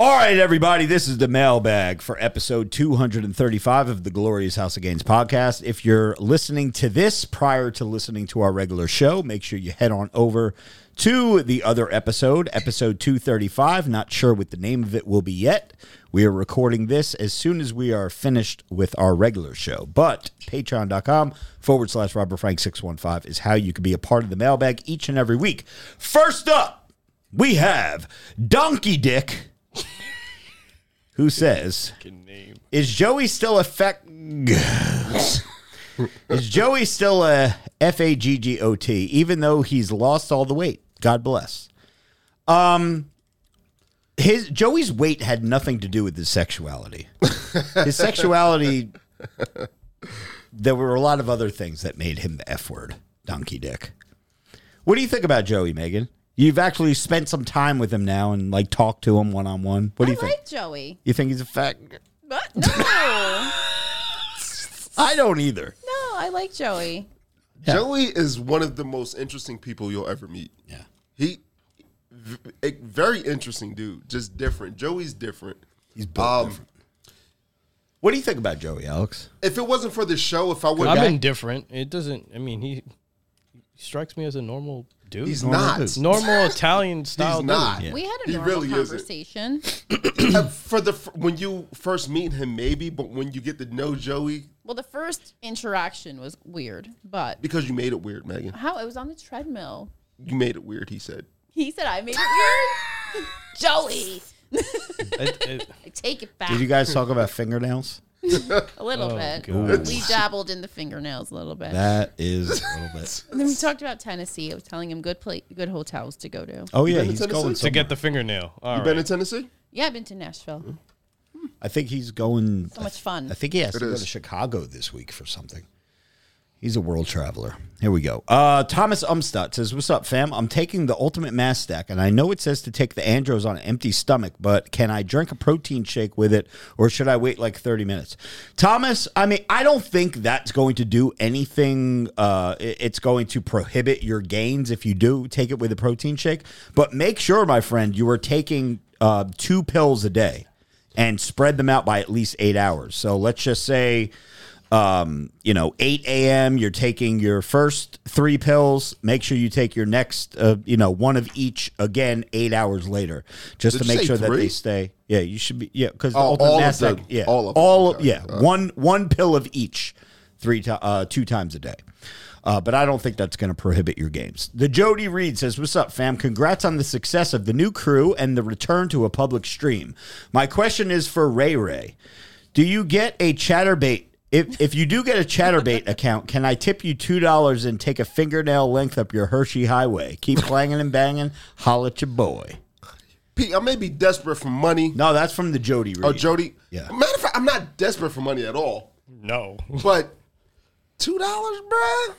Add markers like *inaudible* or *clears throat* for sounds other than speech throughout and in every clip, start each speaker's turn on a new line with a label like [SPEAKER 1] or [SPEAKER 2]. [SPEAKER 1] All right, everybody, this is the mailbag for episode 235 of the Glorious House of Gains podcast. If you're listening to this prior to listening to our regular show, make sure you head on over to the other episode, episode 235. Not sure what the name of it will be yet. We are recording this as soon as we are finished with our regular show. But patreon.com forward slash Robert Frank 615 is how you can be a part of the mailbag each and every week. First up, we have Donkey Dick who says, "Is Joey still a fact? Is Joey still a f a g g o t? Even though he's lost all the weight, God bless." Um, his Joey's weight had nothing to do with his sexuality. His sexuality. There were a lot of other things that made him the F word, donkey dick. What do you think about Joey, Megan? You've actually spent some time with him now and like talked to him one on one. What do
[SPEAKER 2] I
[SPEAKER 1] you think?
[SPEAKER 2] like Joey.
[SPEAKER 1] You think he's a fat?
[SPEAKER 2] But no.
[SPEAKER 1] *laughs*
[SPEAKER 2] no,
[SPEAKER 1] I don't either.
[SPEAKER 2] I like Joey.
[SPEAKER 3] Joey is one of the most interesting people you'll ever meet.
[SPEAKER 1] Yeah.
[SPEAKER 3] He, v- a very interesting dude, just different. Joey's different. Um,
[SPEAKER 1] He's built different. What do you think about Joey, Alex?
[SPEAKER 3] If it wasn't for this show, if I would,
[SPEAKER 4] I'm
[SPEAKER 3] have
[SPEAKER 4] indifferent. It doesn't. I mean, he, he strikes me as a normal dude.
[SPEAKER 3] he's not.
[SPEAKER 1] dude.
[SPEAKER 4] *laughs* normal Italian style.
[SPEAKER 3] He's not.
[SPEAKER 1] Yeah.
[SPEAKER 2] We had a
[SPEAKER 3] He
[SPEAKER 2] normal
[SPEAKER 3] really isn't.
[SPEAKER 2] conversation.
[SPEAKER 3] Uh, for the f- when you first meet him, maybe, but when you get to know Joey,
[SPEAKER 2] Well, the first interaction was weird, but
[SPEAKER 3] because you made it weird, Megan.
[SPEAKER 2] how it was on the treadmill.
[SPEAKER 3] You made it weird. He said,
[SPEAKER 2] He said I made it weird. *laughs* Joey,
[SPEAKER 4] Dude. It- it-
[SPEAKER 2] I take it back
[SPEAKER 1] Did you guys talk about fingernails?
[SPEAKER 2] a little bit.
[SPEAKER 4] God.
[SPEAKER 2] We dabbled in the fingernails a little bit.
[SPEAKER 1] That is a little bit.
[SPEAKER 2] and then we talked about Tennessee. I was telling him good pla good hotels to go to.
[SPEAKER 1] *laughs* Oh yeah,
[SPEAKER 3] been to
[SPEAKER 1] he's
[SPEAKER 3] Tennessee?
[SPEAKER 1] going
[SPEAKER 3] To
[SPEAKER 4] to
[SPEAKER 1] somewhere.
[SPEAKER 4] get the fingernail. All
[SPEAKER 3] "You been
[SPEAKER 4] right.
[SPEAKER 3] in Tennessee?
[SPEAKER 2] Yeah, I've been to Nashville.
[SPEAKER 1] I think he's going.
[SPEAKER 2] So much fun.
[SPEAKER 1] I think he has to go
[SPEAKER 3] is.
[SPEAKER 1] to Chicago this week for something. He's a world traveler. Here we go. Uh, Thomas Umstadt says, "What's up, fam? I'm taking the Ultimate Mass Stack, and I know it says to take the Andros on an empty stomach, but can I drink a protein shake with it, or should I wait like 30 minutes?" Thomas, I mean, I don't think that's going to do anything. Uh, it- it's going to prohibit your gains if you do take it with a protein shake. But make sure, my friend, you are taking uh, two pills a day and spread them out by at least eight hours. So let's just say, um, you know, 8 a.m., you're taking your first three pills. Make sure you take your next, uh, you know, one of each again eight hours later, just
[SPEAKER 3] Did
[SPEAKER 1] to
[SPEAKER 3] you
[SPEAKER 1] make
[SPEAKER 3] say
[SPEAKER 1] sure that they
[SPEAKER 3] three?
[SPEAKER 1] stay. Yeah, you should be. Yeah, because
[SPEAKER 3] Oh, all of
[SPEAKER 1] NASDAQ,
[SPEAKER 3] them.
[SPEAKER 1] yeah,
[SPEAKER 3] All of them.
[SPEAKER 1] all
[SPEAKER 3] Okay.
[SPEAKER 1] yeah, one one pill of each, three to, uh, two times a day. Uh, but I don't think that's going to prohibit your games. The Jody Reed says, "What's up, fam? Congrats on the success of the new crew and the return to a public stream. My question is for Ray Ray: Do you get a ChatterBait? If if you do get a
[SPEAKER 3] *laughs*
[SPEAKER 1] ChatterBait account, can I tip you two dollars and take a fingernail length up your Hershey Highway? Keep clanging and banging. Holla at your boy.
[SPEAKER 3] Pete, I may be desperate for money.
[SPEAKER 1] No, that's from the Jody Reed.
[SPEAKER 3] Oh, Jody.
[SPEAKER 1] Yeah.
[SPEAKER 3] Matter of fact, I'm not desperate for money at all.
[SPEAKER 4] No.
[SPEAKER 3] But two dollars, bruh?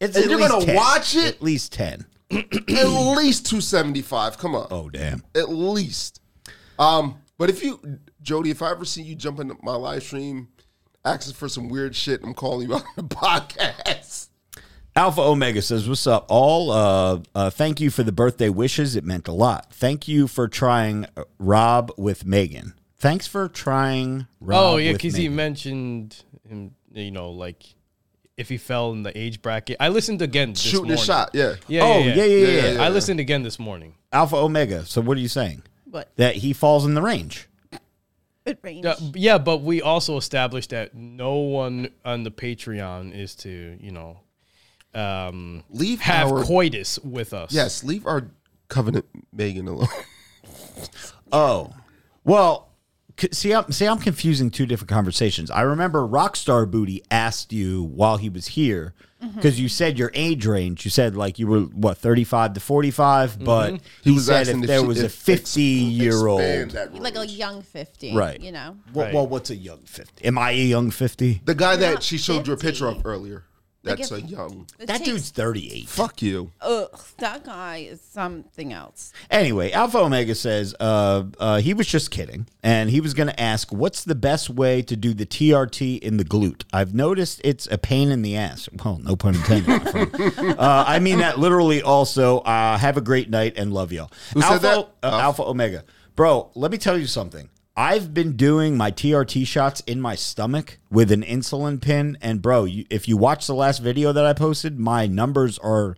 [SPEAKER 1] It's
[SPEAKER 3] And
[SPEAKER 1] at
[SPEAKER 3] you're
[SPEAKER 1] least
[SPEAKER 3] gonna
[SPEAKER 1] 10.
[SPEAKER 3] watch it?
[SPEAKER 1] At least ten.
[SPEAKER 3] at least two seventy five. Come on.
[SPEAKER 1] Oh damn.
[SPEAKER 3] At least. Um, but if you Jody, if I ever see you jump into my live stream asking for some weird shit, I'm calling you *laughs* out on the podcast.
[SPEAKER 1] Alpha Omega says, "What's up, all? Uh, uh, thank you for the birthday wishes. It meant a lot. Thank you for trying uh, Rob with Megan. Thanks for trying Rob.
[SPEAKER 4] Oh yeah,
[SPEAKER 1] with
[SPEAKER 4] because he
[SPEAKER 1] Megan.
[SPEAKER 4] mentioned him. You know, like if he fell in the age bracket. I listened again. This
[SPEAKER 3] Shooting
[SPEAKER 4] morning.
[SPEAKER 3] a shot, yeah.
[SPEAKER 4] Yeah.
[SPEAKER 1] Oh
[SPEAKER 4] yeah.
[SPEAKER 1] yeah, yeah, yeah.
[SPEAKER 3] yeah, yeah.
[SPEAKER 4] I listened again this morning.
[SPEAKER 1] Alpha Omega. So what are you saying?
[SPEAKER 2] What?
[SPEAKER 1] That he falls in the range?
[SPEAKER 2] It rained.
[SPEAKER 4] Yeah, yeah, but we also established that no one on the Patreon is to you know um,
[SPEAKER 3] Leave
[SPEAKER 4] have
[SPEAKER 3] our
[SPEAKER 4] coitus with us.
[SPEAKER 3] Yes, leave our covenant Megan alone.
[SPEAKER 1] Oh, well, c- see, I'm, see, I'm confusing two different conversations. I remember Rockstar Booty asked you while he was here
[SPEAKER 3] Mm-hmm.
[SPEAKER 1] because you said your age range. You said like you were what 35 to 45, but *laughs* he,
[SPEAKER 3] Mm-hmm. He was
[SPEAKER 1] said
[SPEAKER 3] asking
[SPEAKER 1] if
[SPEAKER 3] if
[SPEAKER 1] there
[SPEAKER 3] she-
[SPEAKER 1] was a
[SPEAKER 3] if-
[SPEAKER 1] 50 year
[SPEAKER 3] Expand
[SPEAKER 1] old.
[SPEAKER 3] that
[SPEAKER 2] like oh, a
[SPEAKER 3] range.
[SPEAKER 2] young 50
[SPEAKER 1] Right.
[SPEAKER 2] you know
[SPEAKER 1] Well, well, what's a young 50? Am I a young 50?
[SPEAKER 3] the guy that
[SPEAKER 2] not
[SPEAKER 3] she showed you a
[SPEAKER 2] 50.
[SPEAKER 3] picture of earlier. That's
[SPEAKER 2] if-
[SPEAKER 3] a young.
[SPEAKER 2] It
[SPEAKER 1] That
[SPEAKER 2] takes-
[SPEAKER 1] dude's 38.
[SPEAKER 3] Fuck you.
[SPEAKER 2] ugh, that guy is something else
[SPEAKER 1] Anyway, Alpha Omega says uh, uh, he was just kidding, and he was going to ask, "What's the best way to do the TRT in the glute?" I've noticed it's a pain in the ass. Well, no pun intended. my
[SPEAKER 3] *laughs*
[SPEAKER 1] friend. uh, I mean that literally. Also, uh, have a great night and love y'all.
[SPEAKER 3] said
[SPEAKER 1] Alpha,
[SPEAKER 3] that?
[SPEAKER 1] Uh, Alpha Omega. Bro, let me tell you something. I've been doing my TRT shots in my stomach with an insulin pin. And, bro, you, if you watch the last video that I posted, my numbers are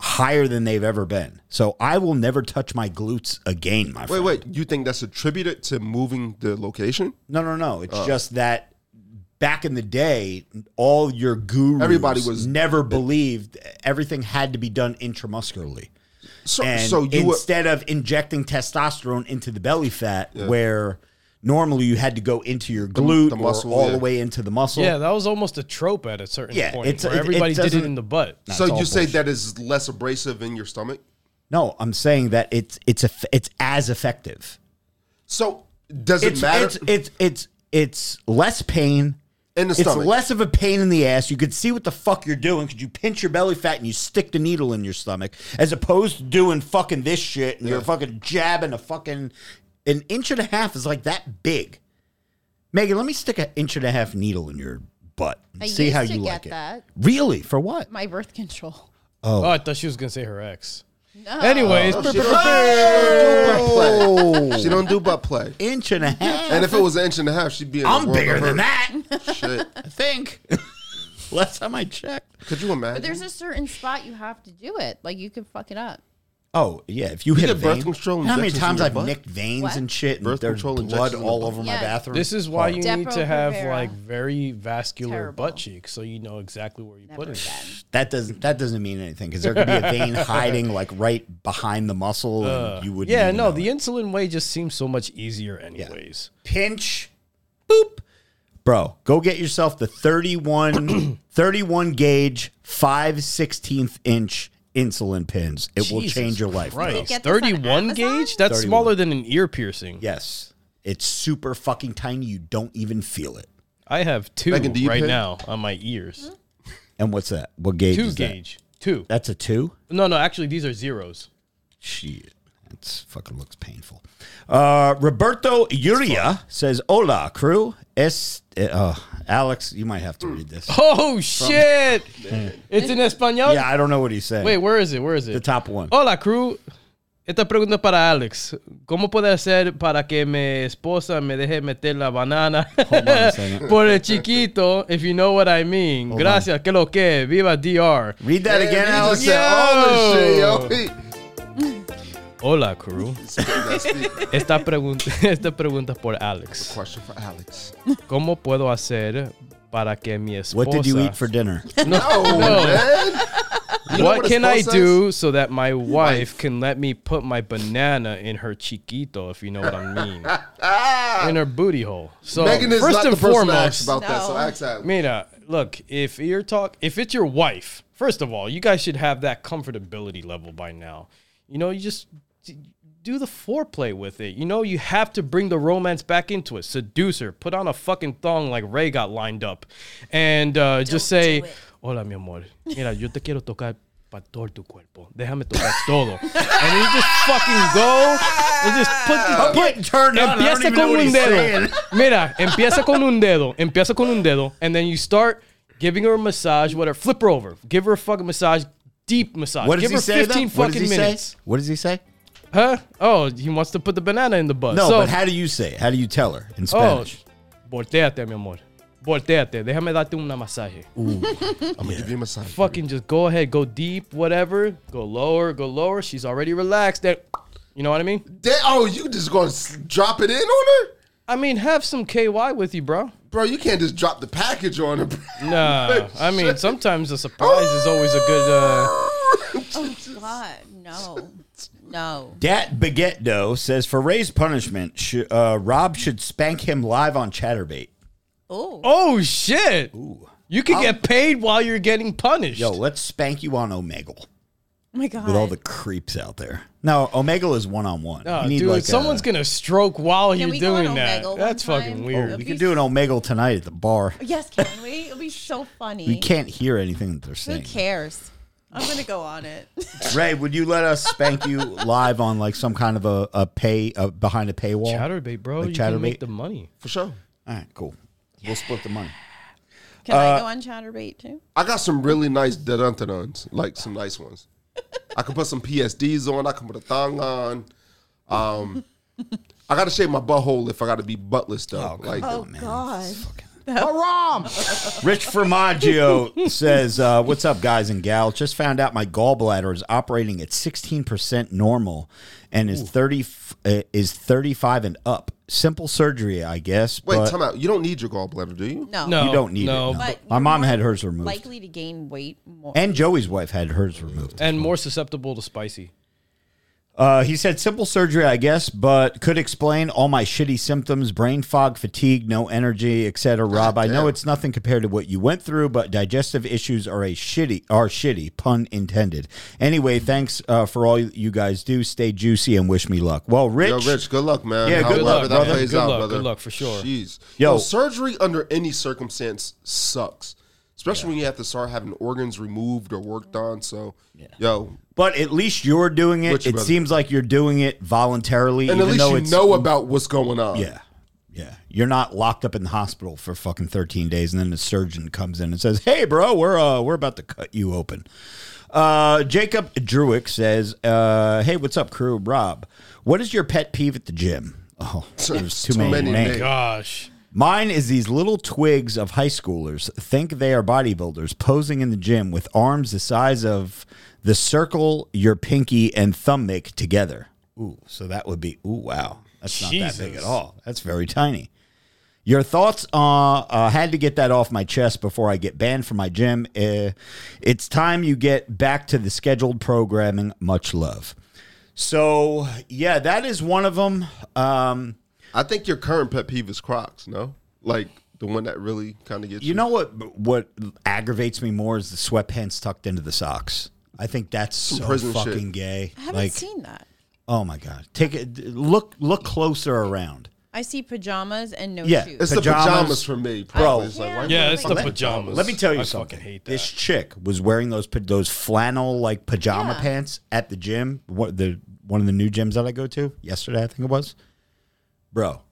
[SPEAKER 1] higher than they've ever been. So I will never touch my glutes again, my
[SPEAKER 3] Wait,
[SPEAKER 1] friend.
[SPEAKER 3] wait. You think that's attributed to moving the location?
[SPEAKER 1] No, no, no.
[SPEAKER 3] Uh.
[SPEAKER 1] It's just that back in the day, all your gurus
[SPEAKER 3] Everybody was-
[SPEAKER 1] never believed everything had to be done intramuscularly.
[SPEAKER 3] So,
[SPEAKER 1] And
[SPEAKER 3] so you were,
[SPEAKER 1] instead of injecting testosterone into the belly fat, where normally you had to go into your glute
[SPEAKER 3] the
[SPEAKER 1] or
[SPEAKER 3] muscle,
[SPEAKER 1] all
[SPEAKER 3] yeah.
[SPEAKER 1] the way into the muscle,
[SPEAKER 4] Yeah, that was almost a trope at a certain
[SPEAKER 1] Yeah,
[SPEAKER 4] point
[SPEAKER 1] it's-
[SPEAKER 4] where
[SPEAKER 1] it- it
[SPEAKER 4] everybody did
[SPEAKER 1] doesn't-
[SPEAKER 4] it in the butt.
[SPEAKER 3] so
[SPEAKER 1] it's
[SPEAKER 3] you
[SPEAKER 1] all
[SPEAKER 3] say that is less abrasive in your stomach.
[SPEAKER 1] no, I'm saying that it's it's a, it's as effective.
[SPEAKER 3] So does
[SPEAKER 1] It's
[SPEAKER 3] it matter
[SPEAKER 1] it's it's it's it's less pain.
[SPEAKER 3] in the
[SPEAKER 1] It's
[SPEAKER 3] stomach?
[SPEAKER 1] less of a pain in the ass. You can see what the fuck you're doing because you pinch your belly fat and you stick the needle in your stomach, as opposed to doing fucking this shit and you're fucking jabbing a fucking an inch and a half is like that big. Megan, let me stick an inch and a half needle in your butt and
[SPEAKER 2] I
[SPEAKER 1] see
[SPEAKER 2] used
[SPEAKER 1] how
[SPEAKER 2] to
[SPEAKER 1] you
[SPEAKER 2] get
[SPEAKER 1] like it.
[SPEAKER 2] that.
[SPEAKER 1] Really? For what?
[SPEAKER 2] My birth *laughs* control.
[SPEAKER 4] Oh. I thought she was gonna say her ex. Anyways,
[SPEAKER 3] Oh,
[SPEAKER 1] Oh,
[SPEAKER 3] She don't, she don't do butt play. She don't do butt play.
[SPEAKER 1] Inch and a half.
[SPEAKER 3] *laughs* And if it was an inch and a half, she'd be. In a
[SPEAKER 1] I'm
[SPEAKER 3] world of
[SPEAKER 1] bigger
[SPEAKER 3] hurt.
[SPEAKER 1] than that.
[SPEAKER 3] Shit.
[SPEAKER 1] I think. *laughs* Last time I checked.
[SPEAKER 3] Could you imagine?
[SPEAKER 2] But there's a certain spot you have to do it. Like you could fuck it up.
[SPEAKER 1] Oh yeah, if you, hit a
[SPEAKER 3] get birth
[SPEAKER 1] vein,
[SPEAKER 3] control
[SPEAKER 1] you know how many
[SPEAKER 3] injections in
[SPEAKER 1] times
[SPEAKER 3] your
[SPEAKER 1] I've
[SPEAKER 3] butt?
[SPEAKER 1] nicked veins
[SPEAKER 2] What?
[SPEAKER 1] and shit, and
[SPEAKER 3] Birth
[SPEAKER 1] there's
[SPEAKER 3] control
[SPEAKER 1] blood
[SPEAKER 3] injections in the
[SPEAKER 1] all
[SPEAKER 3] butt?
[SPEAKER 1] over my
[SPEAKER 2] Yeah.
[SPEAKER 1] bathroom.
[SPEAKER 4] this is why you need
[SPEAKER 2] Depo
[SPEAKER 4] to have
[SPEAKER 2] Provera.
[SPEAKER 4] like very vascular
[SPEAKER 2] Terrible.
[SPEAKER 4] butt cheeks so you know exactly where you put
[SPEAKER 2] Never
[SPEAKER 4] it.
[SPEAKER 2] again.
[SPEAKER 1] that doesn't that doesn't mean anything because there could be a
[SPEAKER 3] *laughs*
[SPEAKER 1] vein hiding like right behind the muscle, and you would
[SPEAKER 4] Uh, Yeah, no, the insulin way just seems so much easier, anyways.
[SPEAKER 1] pinch, boop, bro. Go get yourself the 31,
[SPEAKER 4] *clears throat*
[SPEAKER 1] 31 gauge five sixteenth inch insulin pins. It will
[SPEAKER 4] Jesus
[SPEAKER 1] change your life. bro.
[SPEAKER 4] Christ,
[SPEAKER 2] get this on
[SPEAKER 4] thirty-one
[SPEAKER 2] Amazon?
[SPEAKER 4] gauge? That's smaller than an ear piercing.
[SPEAKER 1] Yes, it's super fucking tiny. You don't even feel it.
[SPEAKER 4] I have two
[SPEAKER 3] Megan, do you
[SPEAKER 4] right
[SPEAKER 3] pin?
[SPEAKER 4] now on my
[SPEAKER 2] Hmm?
[SPEAKER 4] ears.
[SPEAKER 1] And what's that? What gauge?
[SPEAKER 4] Two
[SPEAKER 1] is that?
[SPEAKER 4] gauge, two.
[SPEAKER 1] That's a two.
[SPEAKER 4] No, no, actually, these are zeros.
[SPEAKER 1] Shit. That's fucking looks painful. Uh, Roberto Uria says, Hola, crew. Es, uh, oh, Alex, you might have to read this.
[SPEAKER 4] Oh shit!
[SPEAKER 1] *laughs*
[SPEAKER 4] It's in español.
[SPEAKER 1] Yeah, I don't know what he's saying.
[SPEAKER 4] Wait, Oh. where is it? Where is it?
[SPEAKER 1] the top one.
[SPEAKER 4] Hola, crew. Esta pregunta es para Alex. ¿Cómo puedo hacer para que mi esposa me deje meter la banana
[SPEAKER 1] on a second.
[SPEAKER 4] *laughs* por el chiquito? If you know what I mean.
[SPEAKER 1] Oh,
[SPEAKER 4] Gracias, que lo que. Viva DR.
[SPEAKER 1] Read that again,
[SPEAKER 3] Man, he just
[SPEAKER 1] Alex. Oh,
[SPEAKER 3] said all this shit,
[SPEAKER 4] Yo.
[SPEAKER 3] yo. He-
[SPEAKER 4] Hola, crew.
[SPEAKER 3] That's the
[SPEAKER 4] Esta pregunta, *laughs* esta pregunta es por Alex.
[SPEAKER 3] question for
[SPEAKER 1] *laughs*
[SPEAKER 3] Alex.
[SPEAKER 4] ¿Cómo puedo hacer para que mi esposa...
[SPEAKER 1] What did you eat for
[SPEAKER 4] *laughs*
[SPEAKER 1] dinner?
[SPEAKER 3] No, man. You know
[SPEAKER 4] What
[SPEAKER 3] a
[SPEAKER 4] can I
[SPEAKER 3] spell says?
[SPEAKER 4] do so that my wife can let me put my banana in her chiquito, if you know what I
[SPEAKER 3] *laughs*
[SPEAKER 4] mean? in her booty hole. So
[SPEAKER 3] Megan is
[SPEAKER 4] first
[SPEAKER 3] not
[SPEAKER 4] and
[SPEAKER 3] the person to ask
[SPEAKER 4] foremost,
[SPEAKER 3] about that, so
[SPEAKER 2] No.
[SPEAKER 3] ask that.
[SPEAKER 4] Mira, look, if you're talk, if it's your wife, first of all, you guys should have that comfortability level by now. You know, you just d- do the foreplay with it. You know, you have to bring the romance back into it. Seduce her, put on a fucking thong like Ray got lined up, and uh, just say, "Hola, mi amor. Mira, yo te quiero tocar." pa' todo tu cuerpo. Déjame tocar todo. and then you just fucking go and just put the
[SPEAKER 1] I'm getting turned on. I don't
[SPEAKER 4] Empieza
[SPEAKER 1] even
[SPEAKER 4] con
[SPEAKER 1] know what
[SPEAKER 4] un
[SPEAKER 1] he's
[SPEAKER 4] dedo.
[SPEAKER 1] saying. *laughs*
[SPEAKER 4] Mira, empieza con un dedo. Empieza con un dedo. And then you start giving her a massage, whatever. Flip her over. Give her a fucking massage. Deep massage.
[SPEAKER 1] What does
[SPEAKER 4] Give
[SPEAKER 1] he
[SPEAKER 4] her
[SPEAKER 1] say, though?
[SPEAKER 4] 15
[SPEAKER 1] What
[SPEAKER 4] fucking
[SPEAKER 1] does he
[SPEAKER 4] minutes.
[SPEAKER 1] say? What does he say?
[SPEAKER 4] Huh? Oh, he wants to put the banana in the butt.
[SPEAKER 1] No,
[SPEAKER 4] so,
[SPEAKER 1] but how do you say it? How do you tell her in
[SPEAKER 4] oh,
[SPEAKER 1] Spanish?
[SPEAKER 4] volteate, mi amor. Volteate. Déjame darte una masaje.
[SPEAKER 3] I'm gonna give you a massage.
[SPEAKER 4] Fucking just go ahead. Go deep, whatever. Go lower, go lower. She's already relaxed. That, you know what I mean?
[SPEAKER 3] Da- oh, you just gonna s- drop it in on her,
[SPEAKER 4] I mean, have some KY with you, bro.
[SPEAKER 3] bro? You can't just drop the package on her.
[SPEAKER 4] Nah, I mean sometimes a surprise is always a good. Uh,
[SPEAKER 2] Oh, God, *laughs* no. No.
[SPEAKER 1] Dat Baguette Dough says, for Ray's punishment, sh- uh, Rob should spank him live on Chatterbait.
[SPEAKER 2] Oh.
[SPEAKER 4] oh shit! You could get paid while you're getting punished.
[SPEAKER 1] Yo, let's spank you on Omegle.
[SPEAKER 2] my God.
[SPEAKER 1] with all the creeps out there. No, Omegle is one on one.
[SPEAKER 4] Nah, dude,
[SPEAKER 1] uh,
[SPEAKER 4] someone's gonna stroke while
[SPEAKER 2] Can
[SPEAKER 4] you're
[SPEAKER 2] we go on
[SPEAKER 4] doing that.
[SPEAKER 2] Omegle one
[SPEAKER 4] That's fucking
[SPEAKER 2] time?
[SPEAKER 4] weird.
[SPEAKER 2] Oh,
[SPEAKER 1] We can do an Omegle tonight at the bar.
[SPEAKER 2] yes, can we? It'll be so funny.
[SPEAKER 1] We can't hear anything that they're saying.
[SPEAKER 2] Who cares? I'm gonna go on it.
[SPEAKER 1] Ray, would you let us spank
[SPEAKER 4] *laughs*
[SPEAKER 1] you live on like some kind of a, a pay uh, behind a paywall?
[SPEAKER 4] Chatterbait, bro,
[SPEAKER 1] Like
[SPEAKER 4] you can
[SPEAKER 1] Chatterbait?
[SPEAKER 4] make the *laughs* money.
[SPEAKER 3] For sure.
[SPEAKER 1] All right, cool. We'll split the money.
[SPEAKER 2] *laughs* Can I
[SPEAKER 1] Uh,
[SPEAKER 2] go on Chatterbait too?
[SPEAKER 3] I got some really nice deodorants, like some nice ones. I can put some PSDs on. I can put a thong on. Um, I gotta shave my butthole if I gotta be buttless
[SPEAKER 1] Oh,
[SPEAKER 3] though.
[SPEAKER 1] come
[SPEAKER 3] like
[SPEAKER 1] on,
[SPEAKER 3] haram.
[SPEAKER 1] man.
[SPEAKER 5] God.
[SPEAKER 1] Rich
[SPEAKER 4] *laughs*
[SPEAKER 1] Formaggio says, uh, "What's up, guys and gal? Just found out my gallbladder is operating at 16 percent normal, and is 30 f- uh, is 35 and up. Simple surgery, I guess.
[SPEAKER 3] Wait,
[SPEAKER 1] but
[SPEAKER 3] time out. You don't need your gallbladder, do you?
[SPEAKER 2] No.
[SPEAKER 4] No.
[SPEAKER 1] you don't need
[SPEAKER 4] Oh, no.
[SPEAKER 1] it. no.
[SPEAKER 2] But
[SPEAKER 1] My
[SPEAKER 2] you're
[SPEAKER 1] mom
[SPEAKER 2] more
[SPEAKER 1] had hers removed,
[SPEAKER 2] Likely to gain weight more.
[SPEAKER 1] and Joey's wife had hers removed.
[SPEAKER 4] and more susceptible to spicy.
[SPEAKER 1] Uh, he said, simple surgery, I guess, but could explain all my shitty symptoms brain fog, fatigue, no energy, etc. Rob, I know
[SPEAKER 3] damn.
[SPEAKER 1] it's nothing compared to what you went through, but digestive issues are a shitty, are shitty, pun intended. Anyway, thanks uh, for all you guys do. Stay juicy and wish me luck. Well, Rich,
[SPEAKER 3] Yo, Rich, good luck, man.
[SPEAKER 1] Yeah, good
[SPEAKER 3] However
[SPEAKER 1] luck,
[SPEAKER 3] that
[SPEAKER 1] brother.
[SPEAKER 3] plays
[SPEAKER 4] Good
[SPEAKER 3] out,
[SPEAKER 4] luck,
[SPEAKER 3] brother.
[SPEAKER 4] good luck, for sure.
[SPEAKER 3] Jeez.
[SPEAKER 1] Yo.
[SPEAKER 3] Yo, surgery under any circumstance sucks, especially when you have to start having organs removed or worked on. So, yo,
[SPEAKER 1] but at least you're doing it.
[SPEAKER 3] Rich,
[SPEAKER 1] it
[SPEAKER 3] brother.
[SPEAKER 1] seems like you're doing it voluntarily,
[SPEAKER 3] and
[SPEAKER 1] even
[SPEAKER 3] at least
[SPEAKER 1] though
[SPEAKER 3] you
[SPEAKER 1] it's
[SPEAKER 3] know about what's going on.
[SPEAKER 1] Yeah. Yeah. You're not locked up in the hospital for fucking 13 days and then the surgeon comes in and says, "Hey bro, we're uh we're about to cut you open." Uh Jacob Druick says, uh "Hey, what's up crew, Rob? What is your pet peeve at the gym?" Oh, there's too, many, names.
[SPEAKER 4] Gosh.
[SPEAKER 1] Mine is these little twigs of high schoolers think they are bodybuilders posing in the gym with arms the size of the circle your pinky and thumb make together. Ooh, so that would be, ooh, wow. That's not that big
[SPEAKER 4] Jesus.
[SPEAKER 1] at all. That's very tiny. Your thoughts? Uh, uh, had to get that off my chest before I get banned from my gym. Uh, it's time you get back to the scheduled programming. Much love. So, yeah, that is one of them. Um,
[SPEAKER 3] I think your current pet peeve is Crocs, no? Like the one that really kind of gets you.
[SPEAKER 1] You know what? What aggravates me more is the sweatpants tucked into the socks. I think that's so
[SPEAKER 3] prison
[SPEAKER 1] fucking
[SPEAKER 3] shit.
[SPEAKER 1] gay.
[SPEAKER 2] I haven't
[SPEAKER 1] like,
[SPEAKER 2] seen that.
[SPEAKER 1] oh my god, take it. Look, look closer around.
[SPEAKER 2] I see pajamas and no
[SPEAKER 1] Yeah.
[SPEAKER 2] shoes.
[SPEAKER 3] it's
[SPEAKER 1] Pajamas.
[SPEAKER 3] the pajamas for me,
[SPEAKER 1] Bro.
[SPEAKER 3] probably. It's like, why
[SPEAKER 4] Yeah,
[SPEAKER 3] the
[SPEAKER 4] it's
[SPEAKER 3] fuck
[SPEAKER 4] the
[SPEAKER 3] is that?
[SPEAKER 4] pajamas.
[SPEAKER 1] Let me tell you
[SPEAKER 4] I
[SPEAKER 1] something.
[SPEAKER 4] fucking hate that.
[SPEAKER 1] This chick was wearing those pa- those flannel like pajama
[SPEAKER 2] Yeah.
[SPEAKER 1] pants at the gym. What the one of the new gyms that I go to yesterday, I think it was. Bro,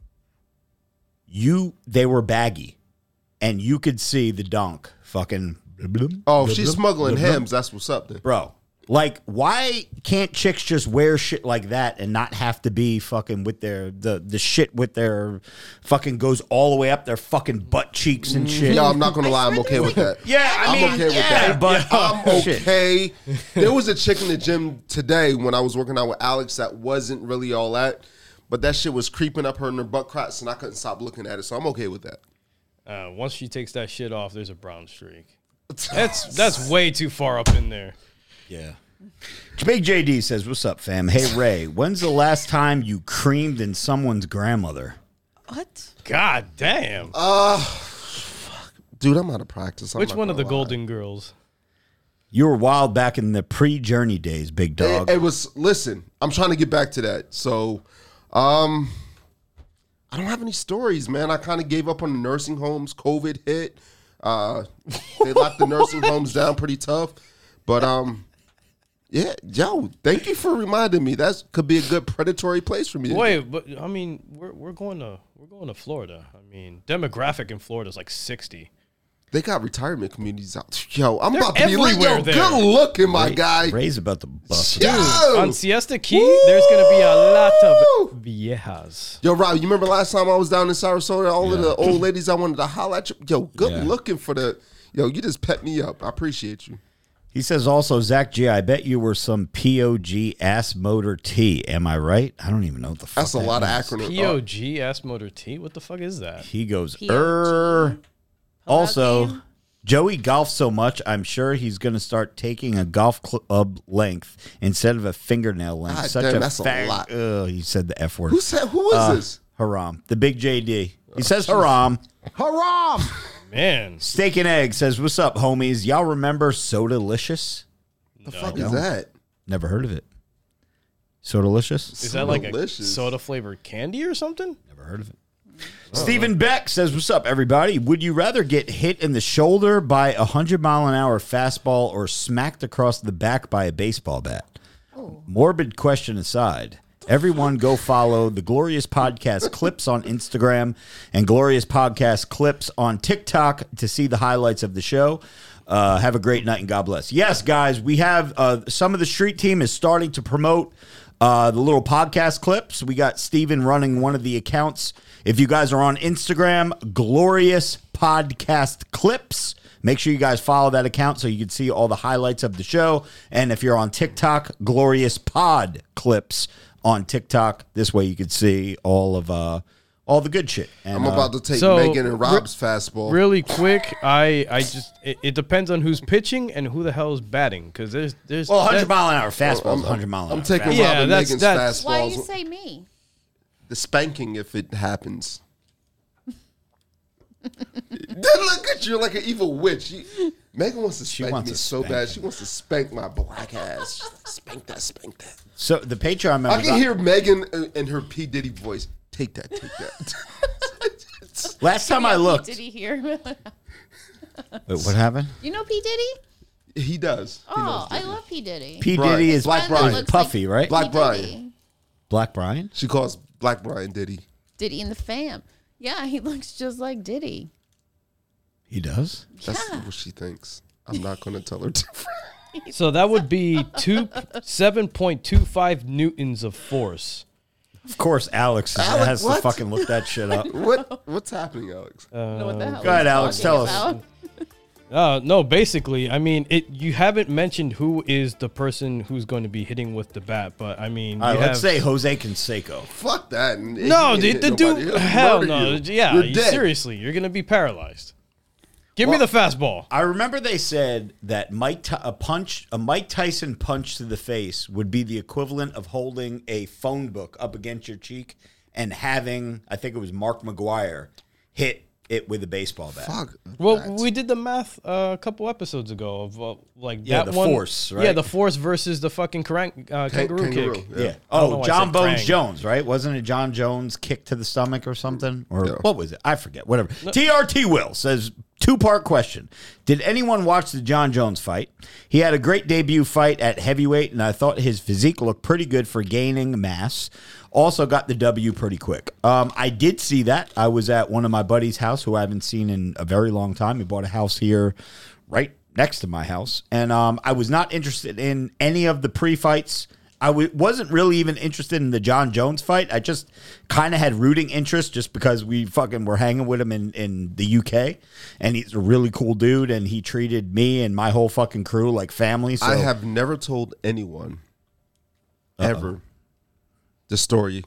[SPEAKER 1] you they were baggy, and you could see the donk fucking.
[SPEAKER 3] Oh, if she's smuggling hams, that's what's up then.
[SPEAKER 1] bro. Like, why can't chicks just wear shit like that and not have to be fucking with their the the shit with their fucking goes all the way up their fucking butt cheeks and shit?
[SPEAKER 3] Yo, I'm not gonna lie, I'm okay with that.
[SPEAKER 1] Yeah, I
[SPEAKER 3] I'm
[SPEAKER 1] mean,
[SPEAKER 3] okay with
[SPEAKER 1] yeah,
[SPEAKER 3] that.
[SPEAKER 1] but
[SPEAKER 3] I'm
[SPEAKER 1] shit.
[SPEAKER 3] okay. there was a chick in the gym today when I was working out with Alex that wasn't really all that, but that shit was creeping up her in her butt cracks, and I couldn't stop looking at it. So I'm okay with that.
[SPEAKER 4] Uh, once she takes that shit off, there's a brown streak. That's that's way too far up in there.
[SPEAKER 1] Yeah. Big JD says, "What's up, fam? Hey Ray, when's the last time you creamed in someone's grandmother?"
[SPEAKER 2] what?
[SPEAKER 1] Er,
[SPEAKER 4] God damn.
[SPEAKER 3] Dude, I'm out of practice. I'm
[SPEAKER 4] Which
[SPEAKER 3] not
[SPEAKER 4] one of the
[SPEAKER 3] gonna lie.
[SPEAKER 4] Golden Girls?
[SPEAKER 1] You were wild back in the pre-journey days, big dog.
[SPEAKER 3] It, it was. Listen, I'm trying to get back to that. So, um, I don't have any stories, man. I kind of gave up on the nursing homes. COVID hit. Uh, they locked the
[SPEAKER 4] *laughs*
[SPEAKER 3] nursing homes down pretty tough. But um, yeah, yo, thank you for reminding me. That could be a good predatory place for me.
[SPEAKER 4] Wait, but I mean, we're we're going to we're going to Florida. I mean, demographic in Florida is like sixty.
[SPEAKER 3] They got retirement communities out. Yo, I'm
[SPEAKER 4] They're
[SPEAKER 3] about to be like,
[SPEAKER 4] everywhere
[SPEAKER 3] yo,
[SPEAKER 4] there.
[SPEAKER 3] good looking, my guy.
[SPEAKER 1] Ray's about to bust.
[SPEAKER 3] Yo!
[SPEAKER 4] On Siesta Key, there's gonna be a lot
[SPEAKER 3] Woo!
[SPEAKER 4] of viejas.
[SPEAKER 3] Yo, Rob, you remember last time I was down in Sarasota? All of the old ladies I wanted to holler at you. Yo, good
[SPEAKER 1] Yeah.
[SPEAKER 3] looking for the. Yo, you just pet me up. I appreciate you.
[SPEAKER 1] He says also, Zach G, I bet you were some POG ass motor T. Am I right? I don't even know what the fuck.
[SPEAKER 3] That's a
[SPEAKER 1] that
[SPEAKER 3] lot of
[SPEAKER 1] means.
[SPEAKER 3] acronyms. Uh,
[SPEAKER 4] POG S Motor T. What the fuck is that?
[SPEAKER 1] He goes,
[SPEAKER 2] POG.
[SPEAKER 1] er. Also,
[SPEAKER 2] game.
[SPEAKER 1] Joey golfs so much, I'm sure he's going to start taking a golf club length instead of a fingernail length.
[SPEAKER 3] God
[SPEAKER 1] Such
[SPEAKER 3] damn,
[SPEAKER 1] a
[SPEAKER 3] that's a
[SPEAKER 1] fag-
[SPEAKER 3] lot.
[SPEAKER 1] Ugh, he said the F word.
[SPEAKER 3] who said? Who is
[SPEAKER 1] Uh,
[SPEAKER 3] this?
[SPEAKER 1] Haram. The big JD.
[SPEAKER 3] Oh,
[SPEAKER 1] He says Haram.
[SPEAKER 3] Haram.
[SPEAKER 4] Man,
[SPEAKER 1] Steak and Egg says, What's up, homies? Y'all remember Sodalicious?
[SPEAKER 3] The fuck is that?
[SPEAKER 1] Never heard of it. Sodalicious?
[SPEAKER 4] is that like
[SPEAKER 3] Delicious.
[SPEAKER 4] a soda flavored candy or something?
[SPEAKER 1] Never heard of it. Stephen Oh, Beck says, What's up, everybody? Would you rather get hit in the shoulder by a 100 mile an hour fastball or smacked across the back by a baseball bat? Morbid question aside, everyone go follow the Glorious Podcast clips on Instagram and Glorious Podcast clips on TikTok to see the highlights of the show. Uh, have a great night and God bless. Yes, guys, we have uh, some of the street team is starting to promote Uh, the little podcast clips. We got Steven running one of the accounts. If you guys are on Instagram, Glorious Podcast Clips. Make sure you guys follow that account so you can see all the highlights of the show. And if you're on TikTok, Glorious Pod Clips on TikTok. This way you can see all of uh, all the good shit. And,
[SPEAKER 3] I'm
[SPEAKER 1] uh,
[SPEAKER 3] about to take
[SPEAKER 4] so,
[SPEAKER 3] Megan and Rob's fastball.
[SPEAKER 4] Really quick, I I just it, it depends on who's pitching and who the hell is batting because there's
[SPEAKER 3] Oh,
[SPEAKER 4] there's
[SPEAKER 1] well, 100
[SPEAKER 4] that-
[SPEAKER 1] mile an hour fastball.
[SPEAKER 3] I'm,
[SPEAKER 1] 100 mile an hour.
[SPEAKER 3] I'm taking
[SPEAKER 4] Yeah,
[SPEAKER 3] Rob and
[SPEAKER 4] that's-
[SPEAKER 3] Megan's
[SPEAKER 4] that's-
[SPEAKER 3] fastballs.
[SPEAKER 2] Why you say me?
[SPEAKER 3] the spanking if it happens. *laughs* Then look at you like an evil witch. You- Megan wants to spank
[SPEAKER 1] wants
[SPEAKER 3] me
[SPEAKER 1] a
[SPEAKER 3] so bad. She wants to spank my black ass. She's like, spank that, spank that.
[SPEAKER 1] So the Patreon members,
[SPEAKER 3] I can hear Megan uh, in her P Diddy voice. Take that, *laughs* take that.
[SPEAKER 1] last time I looked,
[SPEAKER 2] P. Diddy here.
[SPEAKER 1] Wait, what happened?
[SPEAKER 2] you know P. Diddy?
[SPEAKER 3] he does. He knows
[SPEAKER 2] Oh, I
[SPEAKER 3] Diddy.
[SPEAKER 2] love P. Diddy.
[SPEAKER 1] P
[SPEAKER 3] Brian.
[SPEAKER 1] Diddy is
[SPEAKER 2] One
[SPEAKER 1] Black
[SPEAKER 2] that
[SPEAKER 1] Brian,
[SPEAKER 2] looks
[SPEAKER 1] Puffy,
[SPEAKER 2] like
[SPEAKER 1] right?
[SPEAKER 3] Black
[SPEAKER 2] P.
[SPEAKER 3] Brian.
[SPEAKER 2] Diddy.
[SPEAKER 1] Black Brian.
[SPEAKER 3] She calls Black Brian Diddy.
[SPEAKER 2] Diddy and the fam. Yeah, he *laughs* looks just like Diddy.
[SPEAKER 1] He does.
[SPEAKER 3] That's
[SPEAKER 2] Yeah.
[SPEAKER 3] what she thinks. I'm not going to tell her *laughs* different.
[SPEAKER 4] So that would be two seven point two five newtons of force.
[SPEAKER 1] Of course, Alex, is-
[SPEAKER 3] Alex,
[SPEAKER 1] has to
[SPEAKER 3] what?
[SPEAKER 1] fucking look that shit up.
[SPEAKER 3] What? What's happening, Alex?
[SPEAKER 2] Know what the hell
[SPEAKER 1] go ahead,
[SPEAKER 2] he's
[SPEAKER 1] Alex, tell
[SPEAKER 2] talking
[SPEAKER 1] us.
[SPEAKER 2] about.
[SPEAKER 4] Uh, no, basically, I mean, it. You haven't mentioned who is the person who's going to be hitting with the bat, but I mean,
[SPEAKER 1] All right,
[SPEAKER 4] you
[SPEAKER 1] let's
[SPEAKER 4] have-
[SPEAKER 1] say Jose Canseco.
[SPEAKER 3] Fuck that.
[SPEAKER 4] no, dude, the dude, hell no, yeah,
[SPEAKER 3] You're
[SPEAKER 4] you-
[SPEAKER 3] dead.
[SPEAKER 4] seriously, you're gonna be paralyzed. Give me the fastball.
[SPEAKER 1] I remember they said that Mike Ty- a punch, a Mike Tyson punch to the face would be the equivalent of holding a phone book up against your cheek and having, I think it was Mark McGuire, hit it with a baseball bat.
[SPEAKER 3] Fuck.
[SPEAKER 4] Well,
[SPEAKER 3] that.
[SPEAKER 4] we did the math uh, a couple episodes ago of uh, like
[SPEAKER 1] Yeah,
[SPEAKER 4] that
[SPEAKER 1] the
[SPEAKER 4] one.
[SPEAKER 1] force, right?
[SPEAKER 4] Yeah, the force versus the fucking crank, uh,
[SPEAKER 3] Can-
[SPEAKER 4] kangaroo,
[SPEAKER 3] kangaroo,
[SPEAKER 4] kick.
[SPEAKER 1] Yeah.
[SPEAKER 4] I don't know
[SPEAKER 1] Oh,
[SPEAKER 4] why I
[SPEAKER 1] John
[SPEAKER 4] said
[SPEAKER 1] Bones
[SPEAKER 4] Krang.
[SPEAKER 1] Jones, right? Wasn't it John Jones kick to the stomach or something? Or
[SPEAKER 3] Yeah.
[SPEAKER 1] what was it? I forget. Whatever. TRT Will says two part question. Did anyone watch the John Jones fight? He had a great debut fight at heavyweight, and I thought his physique looked pretty good for gaining mass. Also got the W pretty quick. Um, I did see that. I was at one of my buddy's house who I haven't seen in a very long time. He bought a house here right next to my house, and um, I was not interested in any of the pre fights. I w- wasn't really even interested in the John Jones fight. I just kind of had rooting interest just because we fucking were hanging with him in, in the UK, and he's a really cool dude, and he treated me and my whole fucking crew like family. So Uh-uh.
[SPEAKER 3] I have never told anyone ever the story